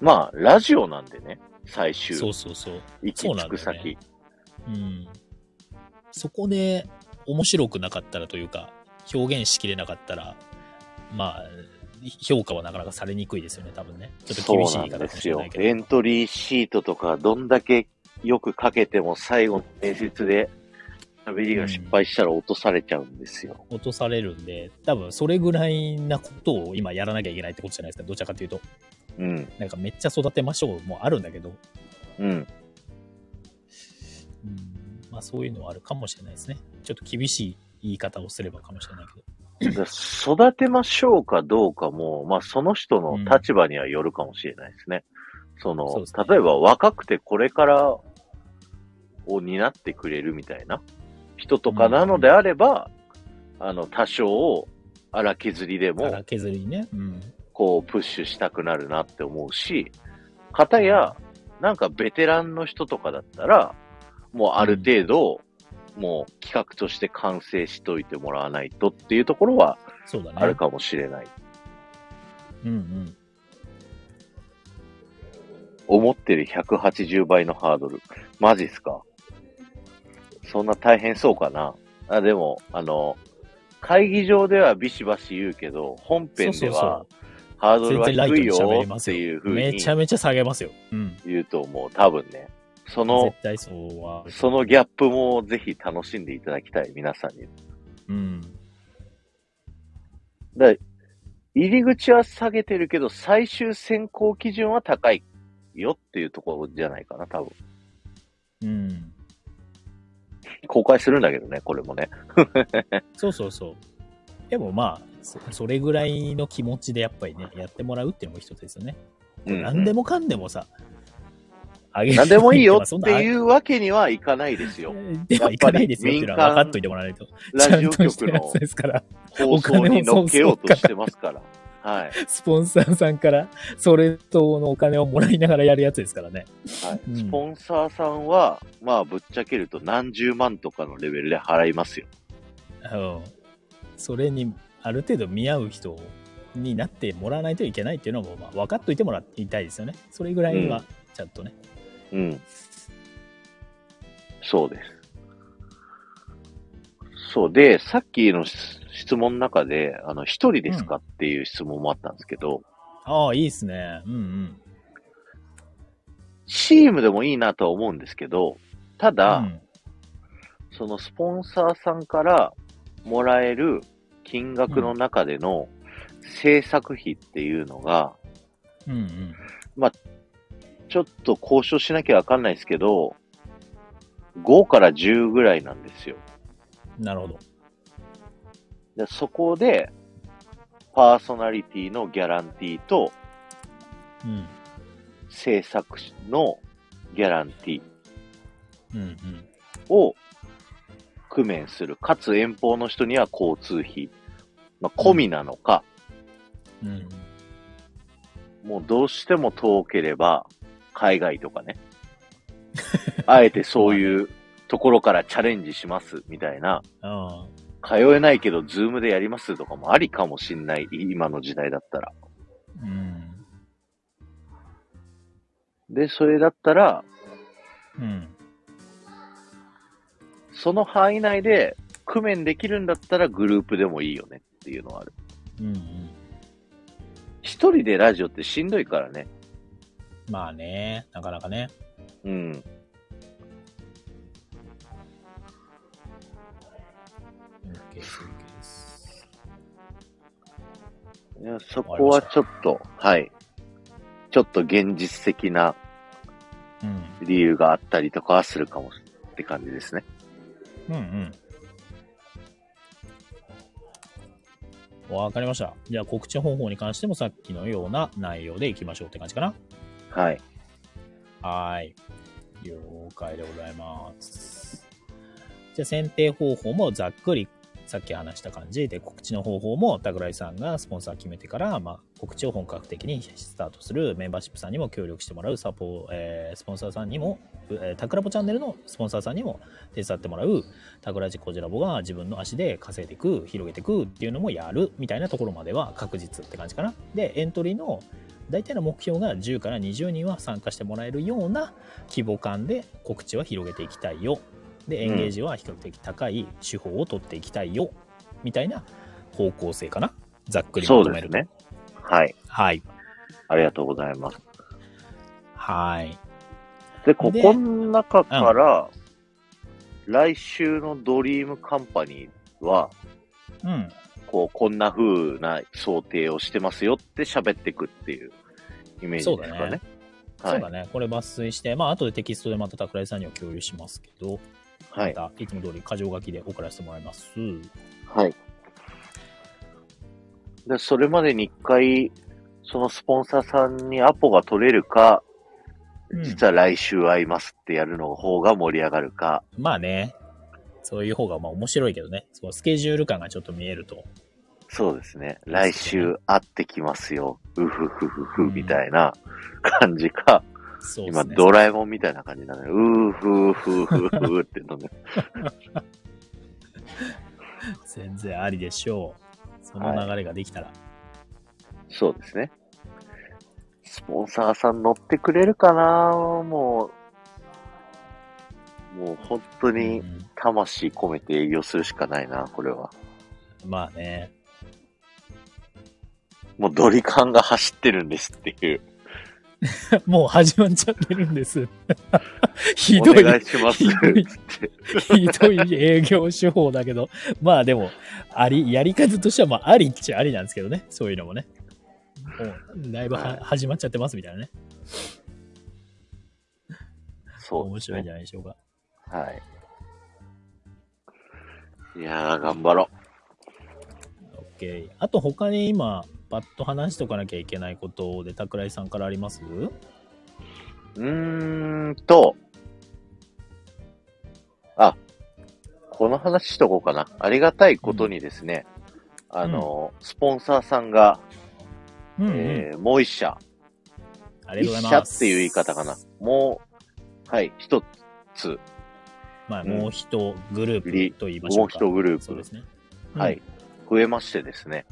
S1: まあ、ラジオなんでね。最終。
S2: そうそうそう。
S1: 行き着く
S2: そうなんだよ
S1: 先。
S2: うん。そこで面白くなかったらというか、表現しきれなかったら、まあ、評価はなかなかされにくいですよね、多分ね。ちょっと
S1: そう
S2: 厳しい
S1: なん
S2: 言い方か
S1: で
S2: も
S1: す
S2: しれ
S1: よ
S2: ない。けど。
S1: エントリーシートとか、どんだけよくかけても最後の面接で喋りが失敗したら落とされちゃうんですよ。
S2: 落とされるんで、多分それぐらいなことを今やらなきゃいけないってことじゃないですか、どちらかというと。
S1: うん。
S2: なんかめっちゃ育てましょうもあるんだけど、
S1: うん。
S2: うんまあそういうのはあるかもしれないですね。ちょっと厳しい言い方をすればかもしれないけど。
S1: だから育てましょうかどうかも、まあ、その人の立場にはよるかもしれないですね。その
S2: そうですね
S1: 例えば若くてこれからを担ってくれるみたいな人とかなのであれば、あの多少荒削りで
S2: か
S1: も
S2: ら削りね。うん。
S1: こうプッシュしたくなるなって思うし、方やなんかベテランの人とかだったら、もうある程度、もう企画として完成しといてもらわないとっていうところは
S2: そうだね。
S1: あるかもしれない。
S2: うんうん。
S1: 思ってる180倍のハードル。マジっすかそんな大変そうかなあ、でも、あの、会議場ではビシバシ言うけど、本編ではハードル
S2: 全
S1: は
S2: 然ライト
S1: 低い
S2: に喋
S1: よ
S2: りま
S1: っ
S2: す
S1: ていう
S2: よ。
S1: ふう
S2: め
S1: に
S2: ちゃめちゃ下げますよ。うん。
S1: 言うと思う。多分ね。その
S2: 絶、対そうは。
S1: そのギャップもぜひ楽しんでいただきたい。皆さんに。
S2: うん。
S1: だ入り口は下げてるけど、最終選考基準は高いよっていうところじゃないかな、多分。
S2: うん。
S1: 公開するんだけどね、これもね。
S2: そうそうそう。でもまあ、そそれぐらいの気持ちでやっぱりね、やってもらうっていうのも一つですよね。
S1: うん
S2: 何でもかんでもさ、あげ
S1: 何でもいいよ
S2: そん
S1: っ
S2: な
S1: ていうわけにはいかないですよ。
S2: でもいかないですよっていうのは分かっといてもらわないと。 [LAUGHS] ちゃ
S1: ラジ
S2: ん
S1: オ
S2: とした
S1: 局
S2: や
S1: の
S2: つですから、
S1: 放送に乗っけようとしてますから。はい。
S2: スポンサーさんから、それ等のお金をもらいながらやるやつですからね。
S1: はい、
S2: うん
S1: スポンサーさんは、まあ、ぶっちゃけると何十万とかのレベルで払いますよ。
S2: うん。それに、ある程度見合う人になってもらわないといけないっていうのも、まあ、分かっといてもらいたいですよね。それぐらいは、ちゃんとね。
S1: うん。そうです。そうで、さっきの質質問の中で、あの、一人ですかっていう質問もあったんですけど、
S2: ああ、いいですね。うんうん。
S1: チームでもいいなとは思うんですけど、ただ、
S2: うん
S1: そのスポンサーさんからもらえる金額の中での制作費っていうのが、
S2: うんうん。
S1: ちょっと交渉しなきゃわかんないですけど、5から10ぐらいなんですよ。
S2: なるほど。
S1: でそこで、パーソナリティのギャランティーと
S2: うん。
S1: 制作のギャランティ
S2: うんうん。
S1: ーを工面する。かつ遠方の人には交通費。まあ、込みなのか、
S2: うん。
S1: もうどうしても遠ければ、海外とかね。 [LAUGHS] あえてそういうところからチャレンジします、みたいな。
S2: ああ。
S1: 通えないけど、ズームでやりますとかもありかもしんない。今の時代だったら。
S2: うん。
S1: で、それだったら、
S2: うん。
S1: その範囲内で、工面できるんだったらグループでもいいよねっていうのはある。
S2: うんうん。
S1: 一人でラジオってしんどいからね。
S2: まあね、なかなかね。
S1: うん。
S2: OK です。OK です
S1: いやそこはちょっと、はい。ちょっと現実的な
S2: うん。
S1: 理由があったりとかはするかもって感じですね。
S2: うんうん。わかりました。じゃあ告知方法に関してもさっきのような内容でいきましょうって感じかな。
S1: はい。
S2: はーい。了解でございます。じゃあ選定方法もざっくりさっき話した感じで告知の方法も桜井さんがスポンサー決めてから、まあ、告知を本格的にスタートするメンバーシップさんにも協力してもらうサポ、えースポンサーさんにも、えー、タクラボチャンネルのスポンサーさんにも手伝ってもらうタクラジコジラボが自分の足で稼いでいく広げていくっていうのもやるみたいなところまでは確実って感じかな。でエントリーの大体の目標が10から20人は参加してもらえるような規模感で告知は広げていきたいよでエンゲージは比較的高い手法を取っていきたいよみたいな方向性かなざっくり
S1: そ
S2: まと
S1: うで
S2: め
S1: す
S2: ると
S1: ね。はい。
S2: はい
S1: ありがとうございます。
S2: はい
S1: で、ここの中から、来週のドリームカンパニーは、
S2: うん
S1: こう、こんな風な想定をしてますよって喋ってくっていうイメージですかね。は
S2: そう
S1: い
S2: だ。ねこれ抜粋してまあ後でテキストでまた桜井さんには共有しますけど
S1: は
S2: ま
S1: い。
S2: たいつも通り箇条書きで送らせてもらいます
S1: はい。で、それまでに一回、そのスポンサーさんにアポが取れるか、
S2: うん
S1: 実は来週会いますってやるの方が盛り上がるか、
S2: まあねそういう方がまあ面白いけどねそうスケジュール感がちょっと見えると
S1: そうですね。来週会ってきますよ。うふふふふ、みたいな感じか、
S2: そうです
S1: 今
S2: ね
S1: ドラえもんみたいな感じだね。うーふーふーふーふーってのね。
S2: 全然ありでしょうその流れができたら、
S1: そうですね。スポンサーさん乗ってくれるかなもう、もう本当に
S2: うん
S1: 魂込めて営業するしかないな、これは。
S2: まあね [LAUGHS]
S1: もうドリカンが走ってるんですっていう。
S2: もう始まっちゃってるんです
S1: [LAUGHS]
S2: ひ
S1: お
S2: どい
S1: 願いします。
S2: ひどい
S1: つって
S2: ひどい営業手法だけどまあでもありやり方としてはまあありっちゃありなんですけどねそういうのもねもうだいぶは
S1: はい
S2: 始まっちゃってますみたいなね
S1: そう
S2: 面
S1: です
S2: 白い
S1: ね。
S2: んじゃないでしょうか
S1: はい。いやー、頑張ろ
S2: OK あと他に今パッと話しとかなきゃいけないことで桜井さんからあります
S1: う。うーんと、あ、この話しとこうかな。ありがたいことにですね、あの、スポンサーさんが、
S2: うん、うん
S1: えーもう一社、
S2: あり
S1: 一
S2: がとうご
S1: 社
S2: ざいま
S1: っ
S2: す
S1: ていう言い方かな。もう、はい、一つ、
S2: まあ、
S1: うん
S2: もう一グループと言いましょ
S1: もう
S2: うか。
S1: 一グルー
S2: そうで
S1: プ、
S2: すね。
S1: はい、増えましてですね、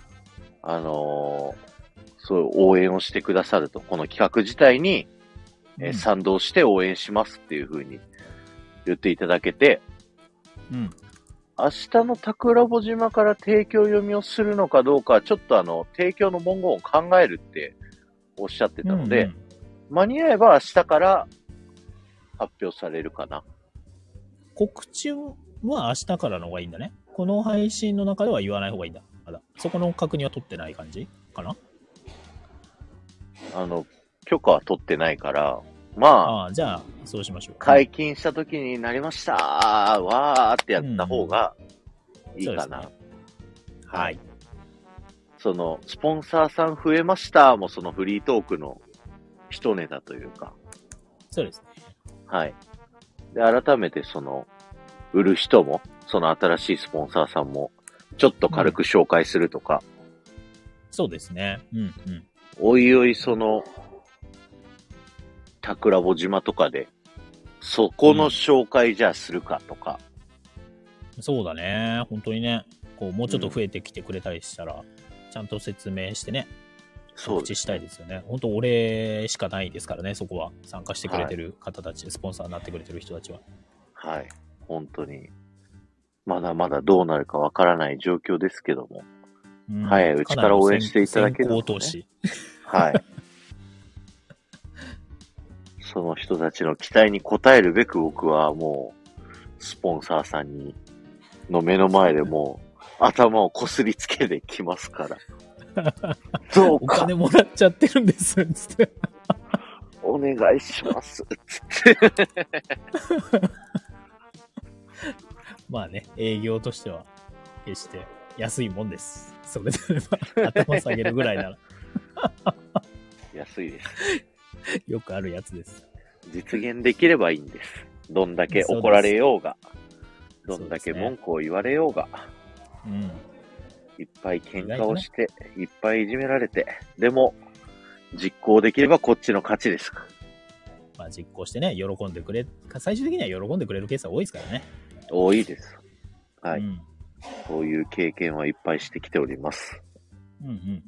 S1: あのーそう、応援をしてくださると、この企画自体に、
S2: うん。
S1: えー賛同して応援しますっていうふうに言っていただけて、
S2: うん。
S1: 明日の桜穂島から提供読みをするのかどうか、ちょっとあの、提供の文言を考えるっておっしゃってたので、
S2: うん
S1: 間に合えば明日から発表されるかな。
S2: 告知をは明日からの方がいいんだね。この配信の中では言わない方がいいんだ。まだ。そこの確認は取ってない感じかな
S1: あの、許可は取ってないから、まあ、
S2: ああ、じゃあ、そうしましょう。
S1: 解禁した時になりましたーわーってやった方がいいかな。
S2: うんそうはい。。
S1: その、スポンサーさん増えましたもそのフリートークの一ネタというか、
S2: そうですね。
S1: はい。で、改めてその、売る人も、その新しいスポンサーさんも、ちょっと軽く紹介するとか、
S2: そうですね。うんうん。
S1: おいおいその、桜穂島とかで、そこの紹介じゃあするかとか、
S2: そうだね。本当にね。こう、もうちょっと増えてきてくれたりしたら、ちゃんと説明してね、
S1: そう
S2: 告知したいですよね。本当、俺しかないですからね、そこは。参加してくれてる方たち、スポンサーになってくれてる人たちは。
S1: はい。本当に。まだまだどうなるかわからない状況ですけども。
S2: うん
S1: はいうちから応援していただけるとね
S2: 先行投資。
S1: はい。 [LAUGHS] その人たちの期待に応えるべく僕はもう、スポンサーさんに、の目の前でもう、頭をこすりつけてきますから。 [LAUGHS] どう
S2: お
S1: か
S2: 金もらっちゃってるん [LAUGHS] です、つって。
S1: お願いします。 [LAUGHS] つって。
S2: まあね、営業としては、決して安いもんです。それであれば、頭下げるぐら
S1: [LAUGHS]
S2: いなら、
S1: 安いです。
S2: よくあるやつです。
S1: 実現できればいいんです。どんだけ怒られようが、どんだけ文句を言われようが。
S2: うん。
S1: いっぱい喧嘩をして、いっぱいいじめられて、でも、実行できればこっちの勝ちです。
S2: まあ実行してね、喜んでくれ、最終的には喜んでくれるケースは多いですからね。
S1: 多いです。はい。
S2: うん。
S1: そういう経験はいっぱいしてきております。
S2: うんうん。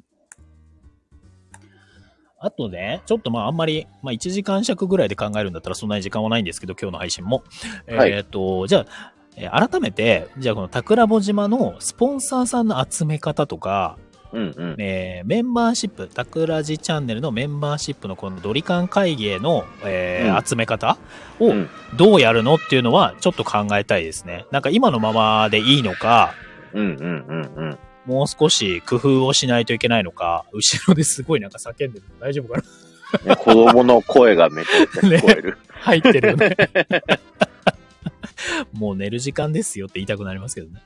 S2: あとね、ちょっとまああんまり、まあ1時間尺ぐらいで考えるんだったらそんなに時間はないんですけど、今日の配信も。
S1: はい
S2: えっ、と、じゃあ、えー改めて、じゃあこの桜穂島のスポンサーさんの集め方とか、
S1: うんうん。
S2: えーメンバーシップ、タクラジチャンネルのメンバーシップのこのドリカン会議への、えー
S1: うん
S2: 集め方
S1: う
S2: を
S1: ん
S2: どうやるのっていうのはちょっと考えたいですね。なんか今のままでいいのか、
S1: うんうんうんうん。
S2: もう少し工夫をしないといけないのか、後ろですごいなんか叫んでる。大丈夫か
S1: ね、
S2: な
S1: 子供の声がめちゃくちゃ聞こえる。
S2: 入ってる
S1: [LAUGHS]
S2: よね。もう寝る時間ですよって言いたくなりますけどね。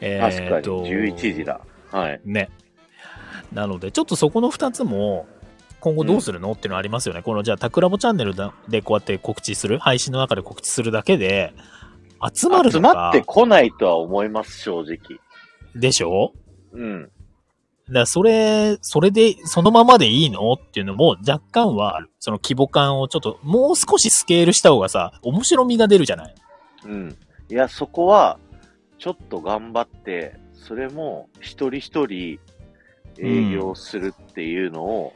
S2: え
S1: [LAUGHS] 確
S2: ー
S1: か
S2: っ
S1: に。
S2: と
S1: 11時だ。はい。
S2: ね。なので、ちょっとそこの2つも、今後どうするのっていうのありますよね。この、じゃあ、タクラボチャンネルだでこうやって告知する、配信の中で告知するだけで、集まる
S1: 集
S2: のか
S1: まってこないとは思います、正直。
S2: でしょ
S1: うん。
S2: だからそれ、それで、そのままでいいのっていうのも若干はある。その規模感をちょっと、もう少しスケールした方がさ、面白みが出るじゃない
S1: うん。いや、そこは、ちょっと頑張って、それも一人一人営業するっていうのを、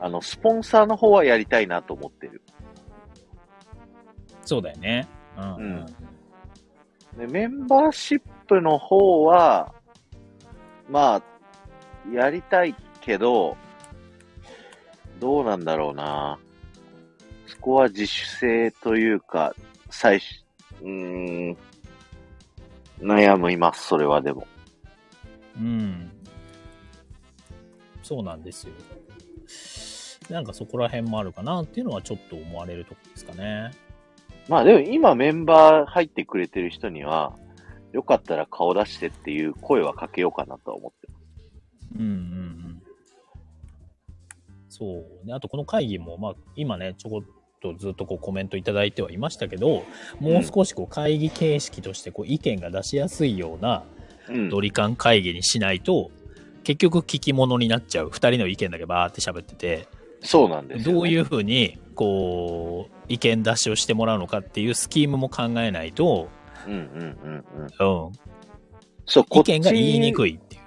S1: あの、スポンサーの方はやりたいなと思ってる。
S2: そうだよね。うん。
S1: うんで、メンバーシップの方は、まあ、やりたいけど、どうなんだろうな。そこは自主性というか、最初、うーん、悩みます、それはでも。
S2: うん。そうなんですよ。なんかそこら辺もあるかなっていうのはちょっと思われるとこですかね。
S1: まあでも今メンバー入ってくれてる人には、よかったら顔出してっていう声はかけようかなとは思ってま
S2: うんうんうん。そうね。あとこの会議も、まあ今ね、ちょこっとずっとこうコメントいただいてはいましたけど、もう少しこう会議形式としてこう意見が出しやすいような
S1: す。うん
S2: ドリカン会議にしないと、結局聞き物になっちゃう。二人の意見だけバーって喋ってて、
S1: そうなんですよ、ね。
S2: どういうふうにこう意見出しをしてもらうのかっていうスキームも考えないと、
S1: うんうんうんうん。
S2: うん、
S1: そう、
S2: 意見が言いに
S1: い。
S2: くいっていう。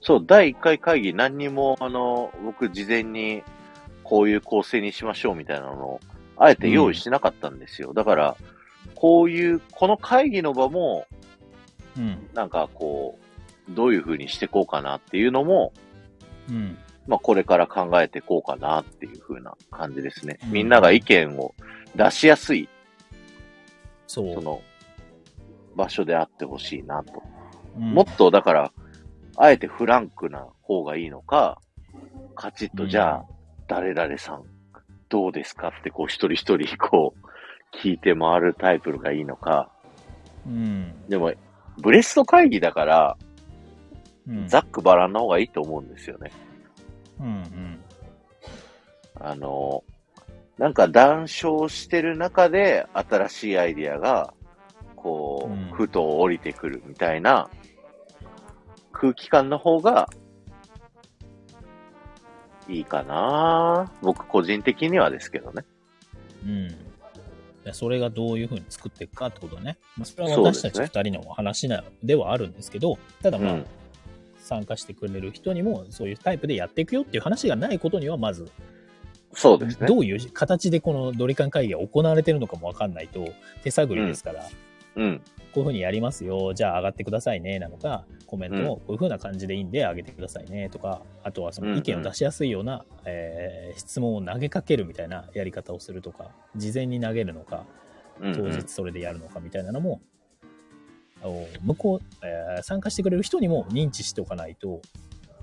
S1: そう、第1回会議何にも、あの、僕事前にこういう構成にしましょうみたいなのを、あえて用意しなかったんですよ。だから、こういう、この会議の場も、
S2: うん
S1: なんかこう、どういうふうにしていこうかなっていうのも、
S2: うん
S1: まあ、これから考えていこうかなっていう風な感じですね
S2: う。ん
S1: みんなが意見を出しやすい、
S2: そ
S1: そうの、場所であってほしいなと。
S2: うん
S1: もっと、だから、あえてフランクな方がいいのか、カチッと、
S2: うん
S1: じゃあ、誰々さん、どうですかって、こう、一人一人、こう、聞いて回るタイプがいいのか。
S2: うん。
S1: でも、ブレスト会議だから、
S2: うん
S1: ざっくばらんの方がいいと思うんですよね。
S2: うんうん。
S1: あの、なんか談笑してる中で新しいアイディアが、こ
S2: うん
S1: う、ふと降りてくるみたいな空気感の方がいいかな僕個人的にはですけどね。
S2: うん。でそれがどういうふうに作っていくかってことね。まあ、それは
S1: そうで
S2: 私
S1: すね
S2: たち二人のお話なではあるんですけど、ただ
S1: う
S2: まあ、
S1: ん。
S2: 参加してくれる人にもそういうタイプでやっていくよっていう話がないことにはまず、
S1: そうですね。
S2: どういう形でこのドリカン会議が行われてるのかもわかんないと手探りですから、
S1: うん。
S2: こういうふうにやりますよ、じゃあ上がってくださいね、なのか、コメントもこういうふうな感じでいいんで上げてくださいねとか、あとはその意見を出しやすいような、えー質問を投げかけるみたいなやり方をするとか、事前に投げるのか、
S1: うん、
S2: 当
S1: うん
S2: 日。それでやるのかみたいなのも、あの向こう、えー参加してくれる人にも認知しておかないと、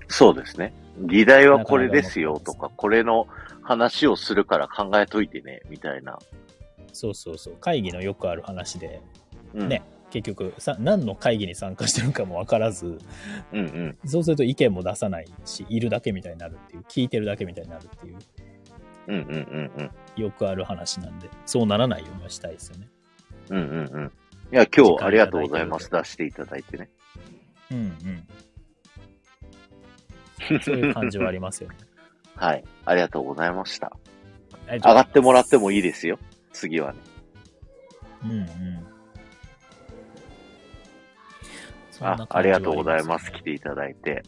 S1: そうですね。議題はこれですよとか、これの話をするから考えといてね、みたいな。
S2: そうそうそう、会議のよくある話で、
S1: うん、
S2: ね結局さ何の会議に参加してるかも分からず
S1: うんうん。
S2: そうすると意見も出さないしいるだけみたいになるっていう聞いてるだけみたいになるっていう
S1: うんうんうんうん。
S2: よくある話なんでそうならないようにはしたいですよね。
S1: うんうんうん。いや、今
S2: 時間いた
S1: 日あり
S2: だいてるんで
S1: がとうございます。出していただいてね。
S2: うんうん、 [LAUGHS] そういう感じはありま
S1: [LAUGHS]
S2: すよね。
S1: はい。ありがとうございました。
S2: 上
S1: 上がってもらってもいい
S2: で
S1: ですよ。次はね。
S2: す。うんうんそんな
S1: あ
S2: 感じは
S1: ありがとうございます。
S2: ね
S1: 来ていただいて。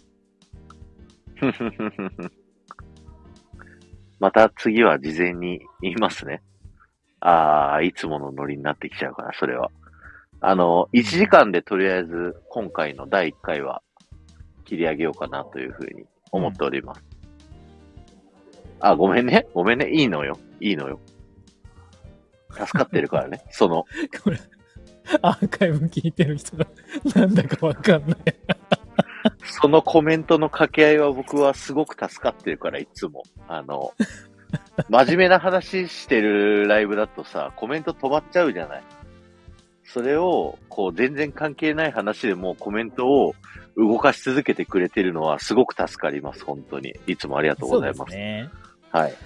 S1: [LAUGHS] ふふふふふまた次は事前に言いますね。ああ、いつものノリになってきちゃうから、それは。あの、1時間でとりあえず今回の第1回は切り上げようかなというふうに思っております。あ、ごめんね。ごめんね。いいのよ。いいのよ。助かってるからね。その、
S2: これアーカイブ聞いてる人がなんだかわかんない。
S1: そのコメントの掛け合いは僕はすごく助かってるから、いつも。あ
S2: [LAUGHS]
S1: の、真面目な話してるライブだとさ、コメント止まっちゃうじゃない。それを、こう、全然関係ない話でもうコメントを動かし続けてくれてるのはすごく助かります、本当に。いつもありがとうござい
S2: そう
S1: ま。
S2: ですすね。
S1: はい。
S2: [LAUGHS]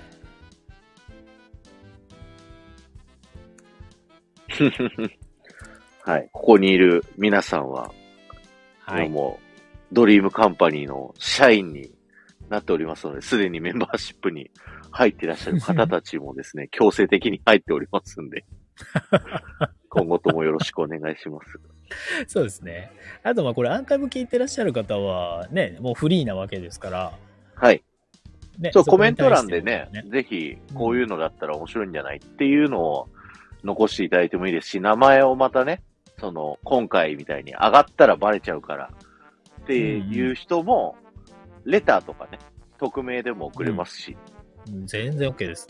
S1: はい。ここにいる皆さんは、
S2: はい。
S1: もう、ドリームカンパニーの社員になっておりますので、すでにメンバーシップに入っていらっしゃる方たちも
S2: [LAUGHS]
S1: ですね、強制的に入っておりますんで、今後ともよろしくお願いします。
S2: そうですね。あと、まあ、これ、アンカイブ聞いてらっしゃる方は、ね、もうフリーなわけですから、
S1: はい。
S2: ね、
S1: そう、
S2: そ
S1: コ
S2: こ
S1: メ
S2: に
S1: ント
S2: 対し
S1: 欄
S2: て
S1: でね、
S2: ね
S1: ぜひ、こういうのだったら面白いんじゃないっていうのを残していただいてもいいですし、名前をまたね、その、今回みたいに上がったらバレちゃうからっていう人も、レターとかね、匿名でも送れますし、
S2: うん全然 OK です。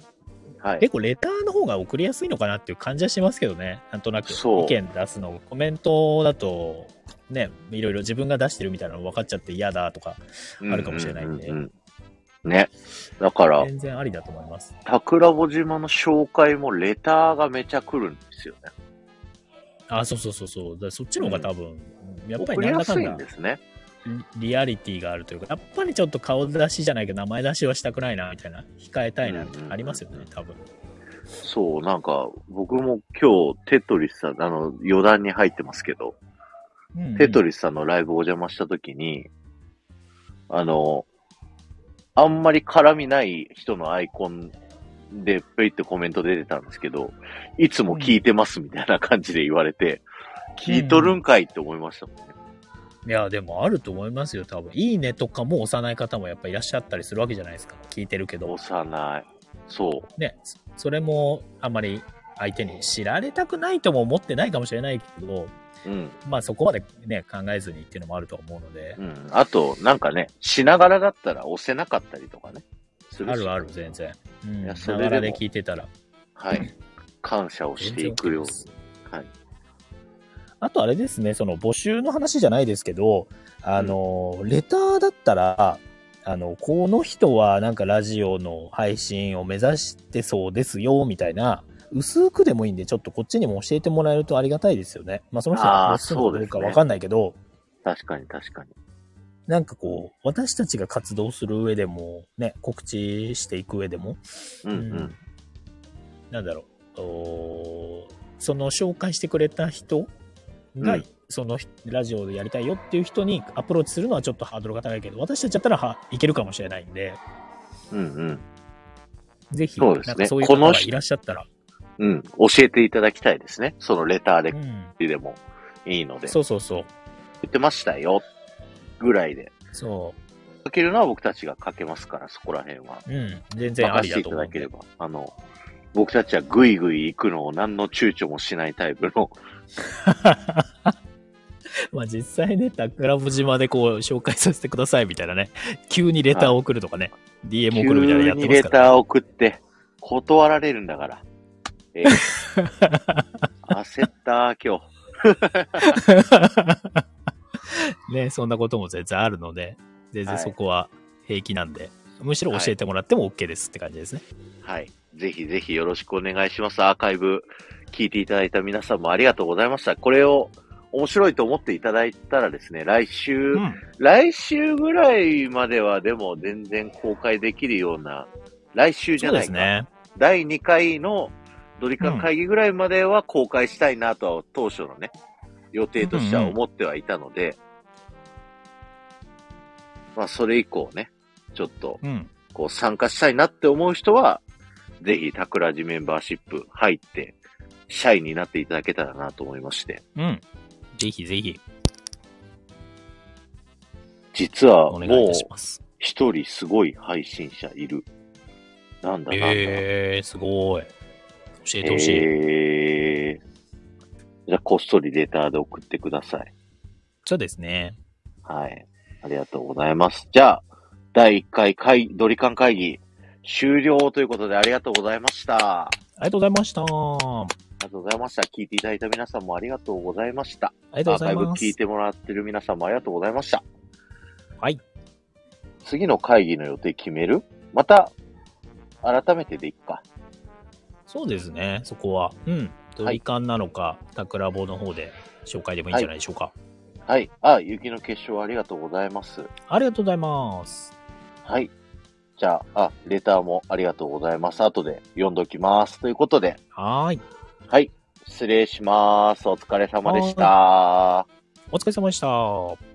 S1: はい。
S2: 結構、レターの方が送りやすいのかなっていう感じはしますけどね、なんとなく、
S1: そう
S2: 意見出すの、コメントだと、ね、いろいろ自分が出してるみたいなの分かっちゃって嫌だとか、あるかもしれないんで
S1: ううううんね。だから、
S2: 全然ありだと思います。
S1: 桜穂島の紹介もレターがめちゃ来るんですよね。
S2: あ、そうそうそうそう、だからそっちの方が多分、やっぱり
S1: 送り
S2: なん
S1: や
S2: だか
S1: す
S2: ん
S1: いん
S2: だ
S1: ですね。
S2: リアリティがあるというか、やっぱりちょっと顔出しじゃないけど、名前出しはしたくないな、みたいな、控えたいな、みたいなありますよね、多分。
S1: そう、なんか、僕も今日、テトリスさん、あの、余談に入ってますけど、
S2: うんうん
S1: テトリスさんのライブお邪魔した時に、あの、あんまり絡みない人のアイコンで、ペイってコメント出てたんですけど、いつも聞いてますみたいな感じで言われて、聞いとるんかいって思いましたもんね。
S2: いや、でもあると思いますよ、多分。いいねとかも押さない方もやっぱいらっしゃったりするわけじゃないですか。聞いてるけど。
S1: 幼い。そう。
S2: ね、そそれもあんまり相手に知られたくないとも思ってないかもしれないけど、
S1: うん。
S2: まあそこまでね、考えずにっていうのもあると思うので
S1: う、ん。あと、なんかね、しながらだったら押せなかったりとかね。する
S2: あ
S1: し
S2: るある、全然。うん、
S1: い
S2: な
S1: やそれ
S2: が
S1: でも
S2: らで聞いてたら、
S1: はい。感謝をし
S2: 全
S1: て
S2: 然
S1: いく
S2: OK
S1: よ
S2: で。す。
S1: はい。
S2: あとあれですね、その募集の話じゃないですけど、あの、レターだったら、あの、この人はなんかラジオの配信を目指してそうですよ、みたいな、薄くでもいいんで、ちょっとこっちにも教えてもらえるとありがたいですよね。まあ、その人
S1: あ
S2: が
S1: ー
S2: そうかわかんないけど、
S1: 確かに確かに。
S2: なんかこう、私たちが活動する上でも、ね、告知していく上でも、
S1: うんうん。
S2: なんだろうおーその紹介してくれた人が、
S1: うん
S2: そのラジオでやりたいよっていう人にアプローチするのはちょっとハードルが高いけど私たちだったらはいけるかもしれないんで
S1: うんうん。
S2: ぜひ
S1: そうですね
S2: なんかそういう方
S1: この
S2: が
S1: 人
S2: いらっしゃったら、
S1: うん。教えていただきたいですね。そのレターで
S2: うん、
S1: でもいいので。
S2: そうそうそう
S1: 言ってましたよ。ぐらいで。
S2: そ
S1: かけるのは僕たちがかけますから、そこら辺は。
S2: う、うん、全然あ
S1: 任
S2: り
S1: せて
S2: だ
S1: い
S2: と
S1: た
S2: 思う
S1: だ
S2: ん
S1: け
S2: で
S1: れば。あの、僕たちはぐいぐい行くのを何の躊躇もしないタイプの。
S2: まあ実際ね桜穂島でこう紹介させてくださいみたいなね急にレターを送るとかね、DM
S1: 急
S2: 送るみたいなのやって
S1: に
S2: ます
S1: レ
S2: か
S1: ター
S2: ら、
S1: 送って、断られるんだから。ええ
S2: [LAUGHS]
S1: 焦った、今日。
S2: ね、そんなことも全然あるので、全然
S1: はい
S2: そこは平気なんで、むしろ教えてもらっても OK ですって感じですね。
S1: はい。ぜひぜひよろしくお願いします。アーカイブ聞いていただいた皆さんもありがとうございました。これを面白いと思っていただいたらですね、来週、
S2: うん。
S1: 来週ぐらいまではでも全然公開できるような、来週じ
S2: そ
S1: ゃ
S2: う
S1: な
S2: で
S1: い
S2: す
S1: か。
S2: ね。
S1: 第2回のドリカン会議ぐらいまでは公開したいなとは当初のね、予定としては思ってはいたので、まあそれ以降ね、ちょっと
S2: うん。
S1: こう参加したいなって思う人は、ぜひタクラジメンバーシップ入って、シャイになっていただけたらなと思いまして。
S2: うん。ぜひぜひ、
S1: 実は
S2: お願い
S1: も
S2: い
S1: う
S2: たします。
S1: 一人すごい配信者いる。なんだなんだ。
S2: えー、すごい。教えてほしい。
S1: えーじゃあこっそりレターで送ってください。
S2: そうですね。
S1: はい。ありがとうございます。じゃあ、第1回会ドリカン会議終了ということでありがとうございました。あ
S2: ありがとうございました。あ
S1: りがとうございました。聞いていただいた皆さんもありがとうございました。
S2: りがと
S1: アー
S2: うござ
S1: カ
S2: い
S1: イブ
S2: ま
S1: 聞い
S2: す。
S1: てもらってる皆さんもありがとうございました。
S2: はい。
S1: 次の会議の予定決めるまた、改めてでいっか。
S2: そうですね、そこは。うん。ドリカンなのか、タクラボの方で紹介でもいいんじゃないでしょうか。
S1: はい。あ、雪の結晶ありがとうございます。
S2: ありがとうございます。
S1: はい。じゃあ、あ、レターもありがとうございます。後で読んどきます。ということで、
S2: はーい。
S1: はい。失礼します。お疲れ様でした。
S2: お疲れ様でした。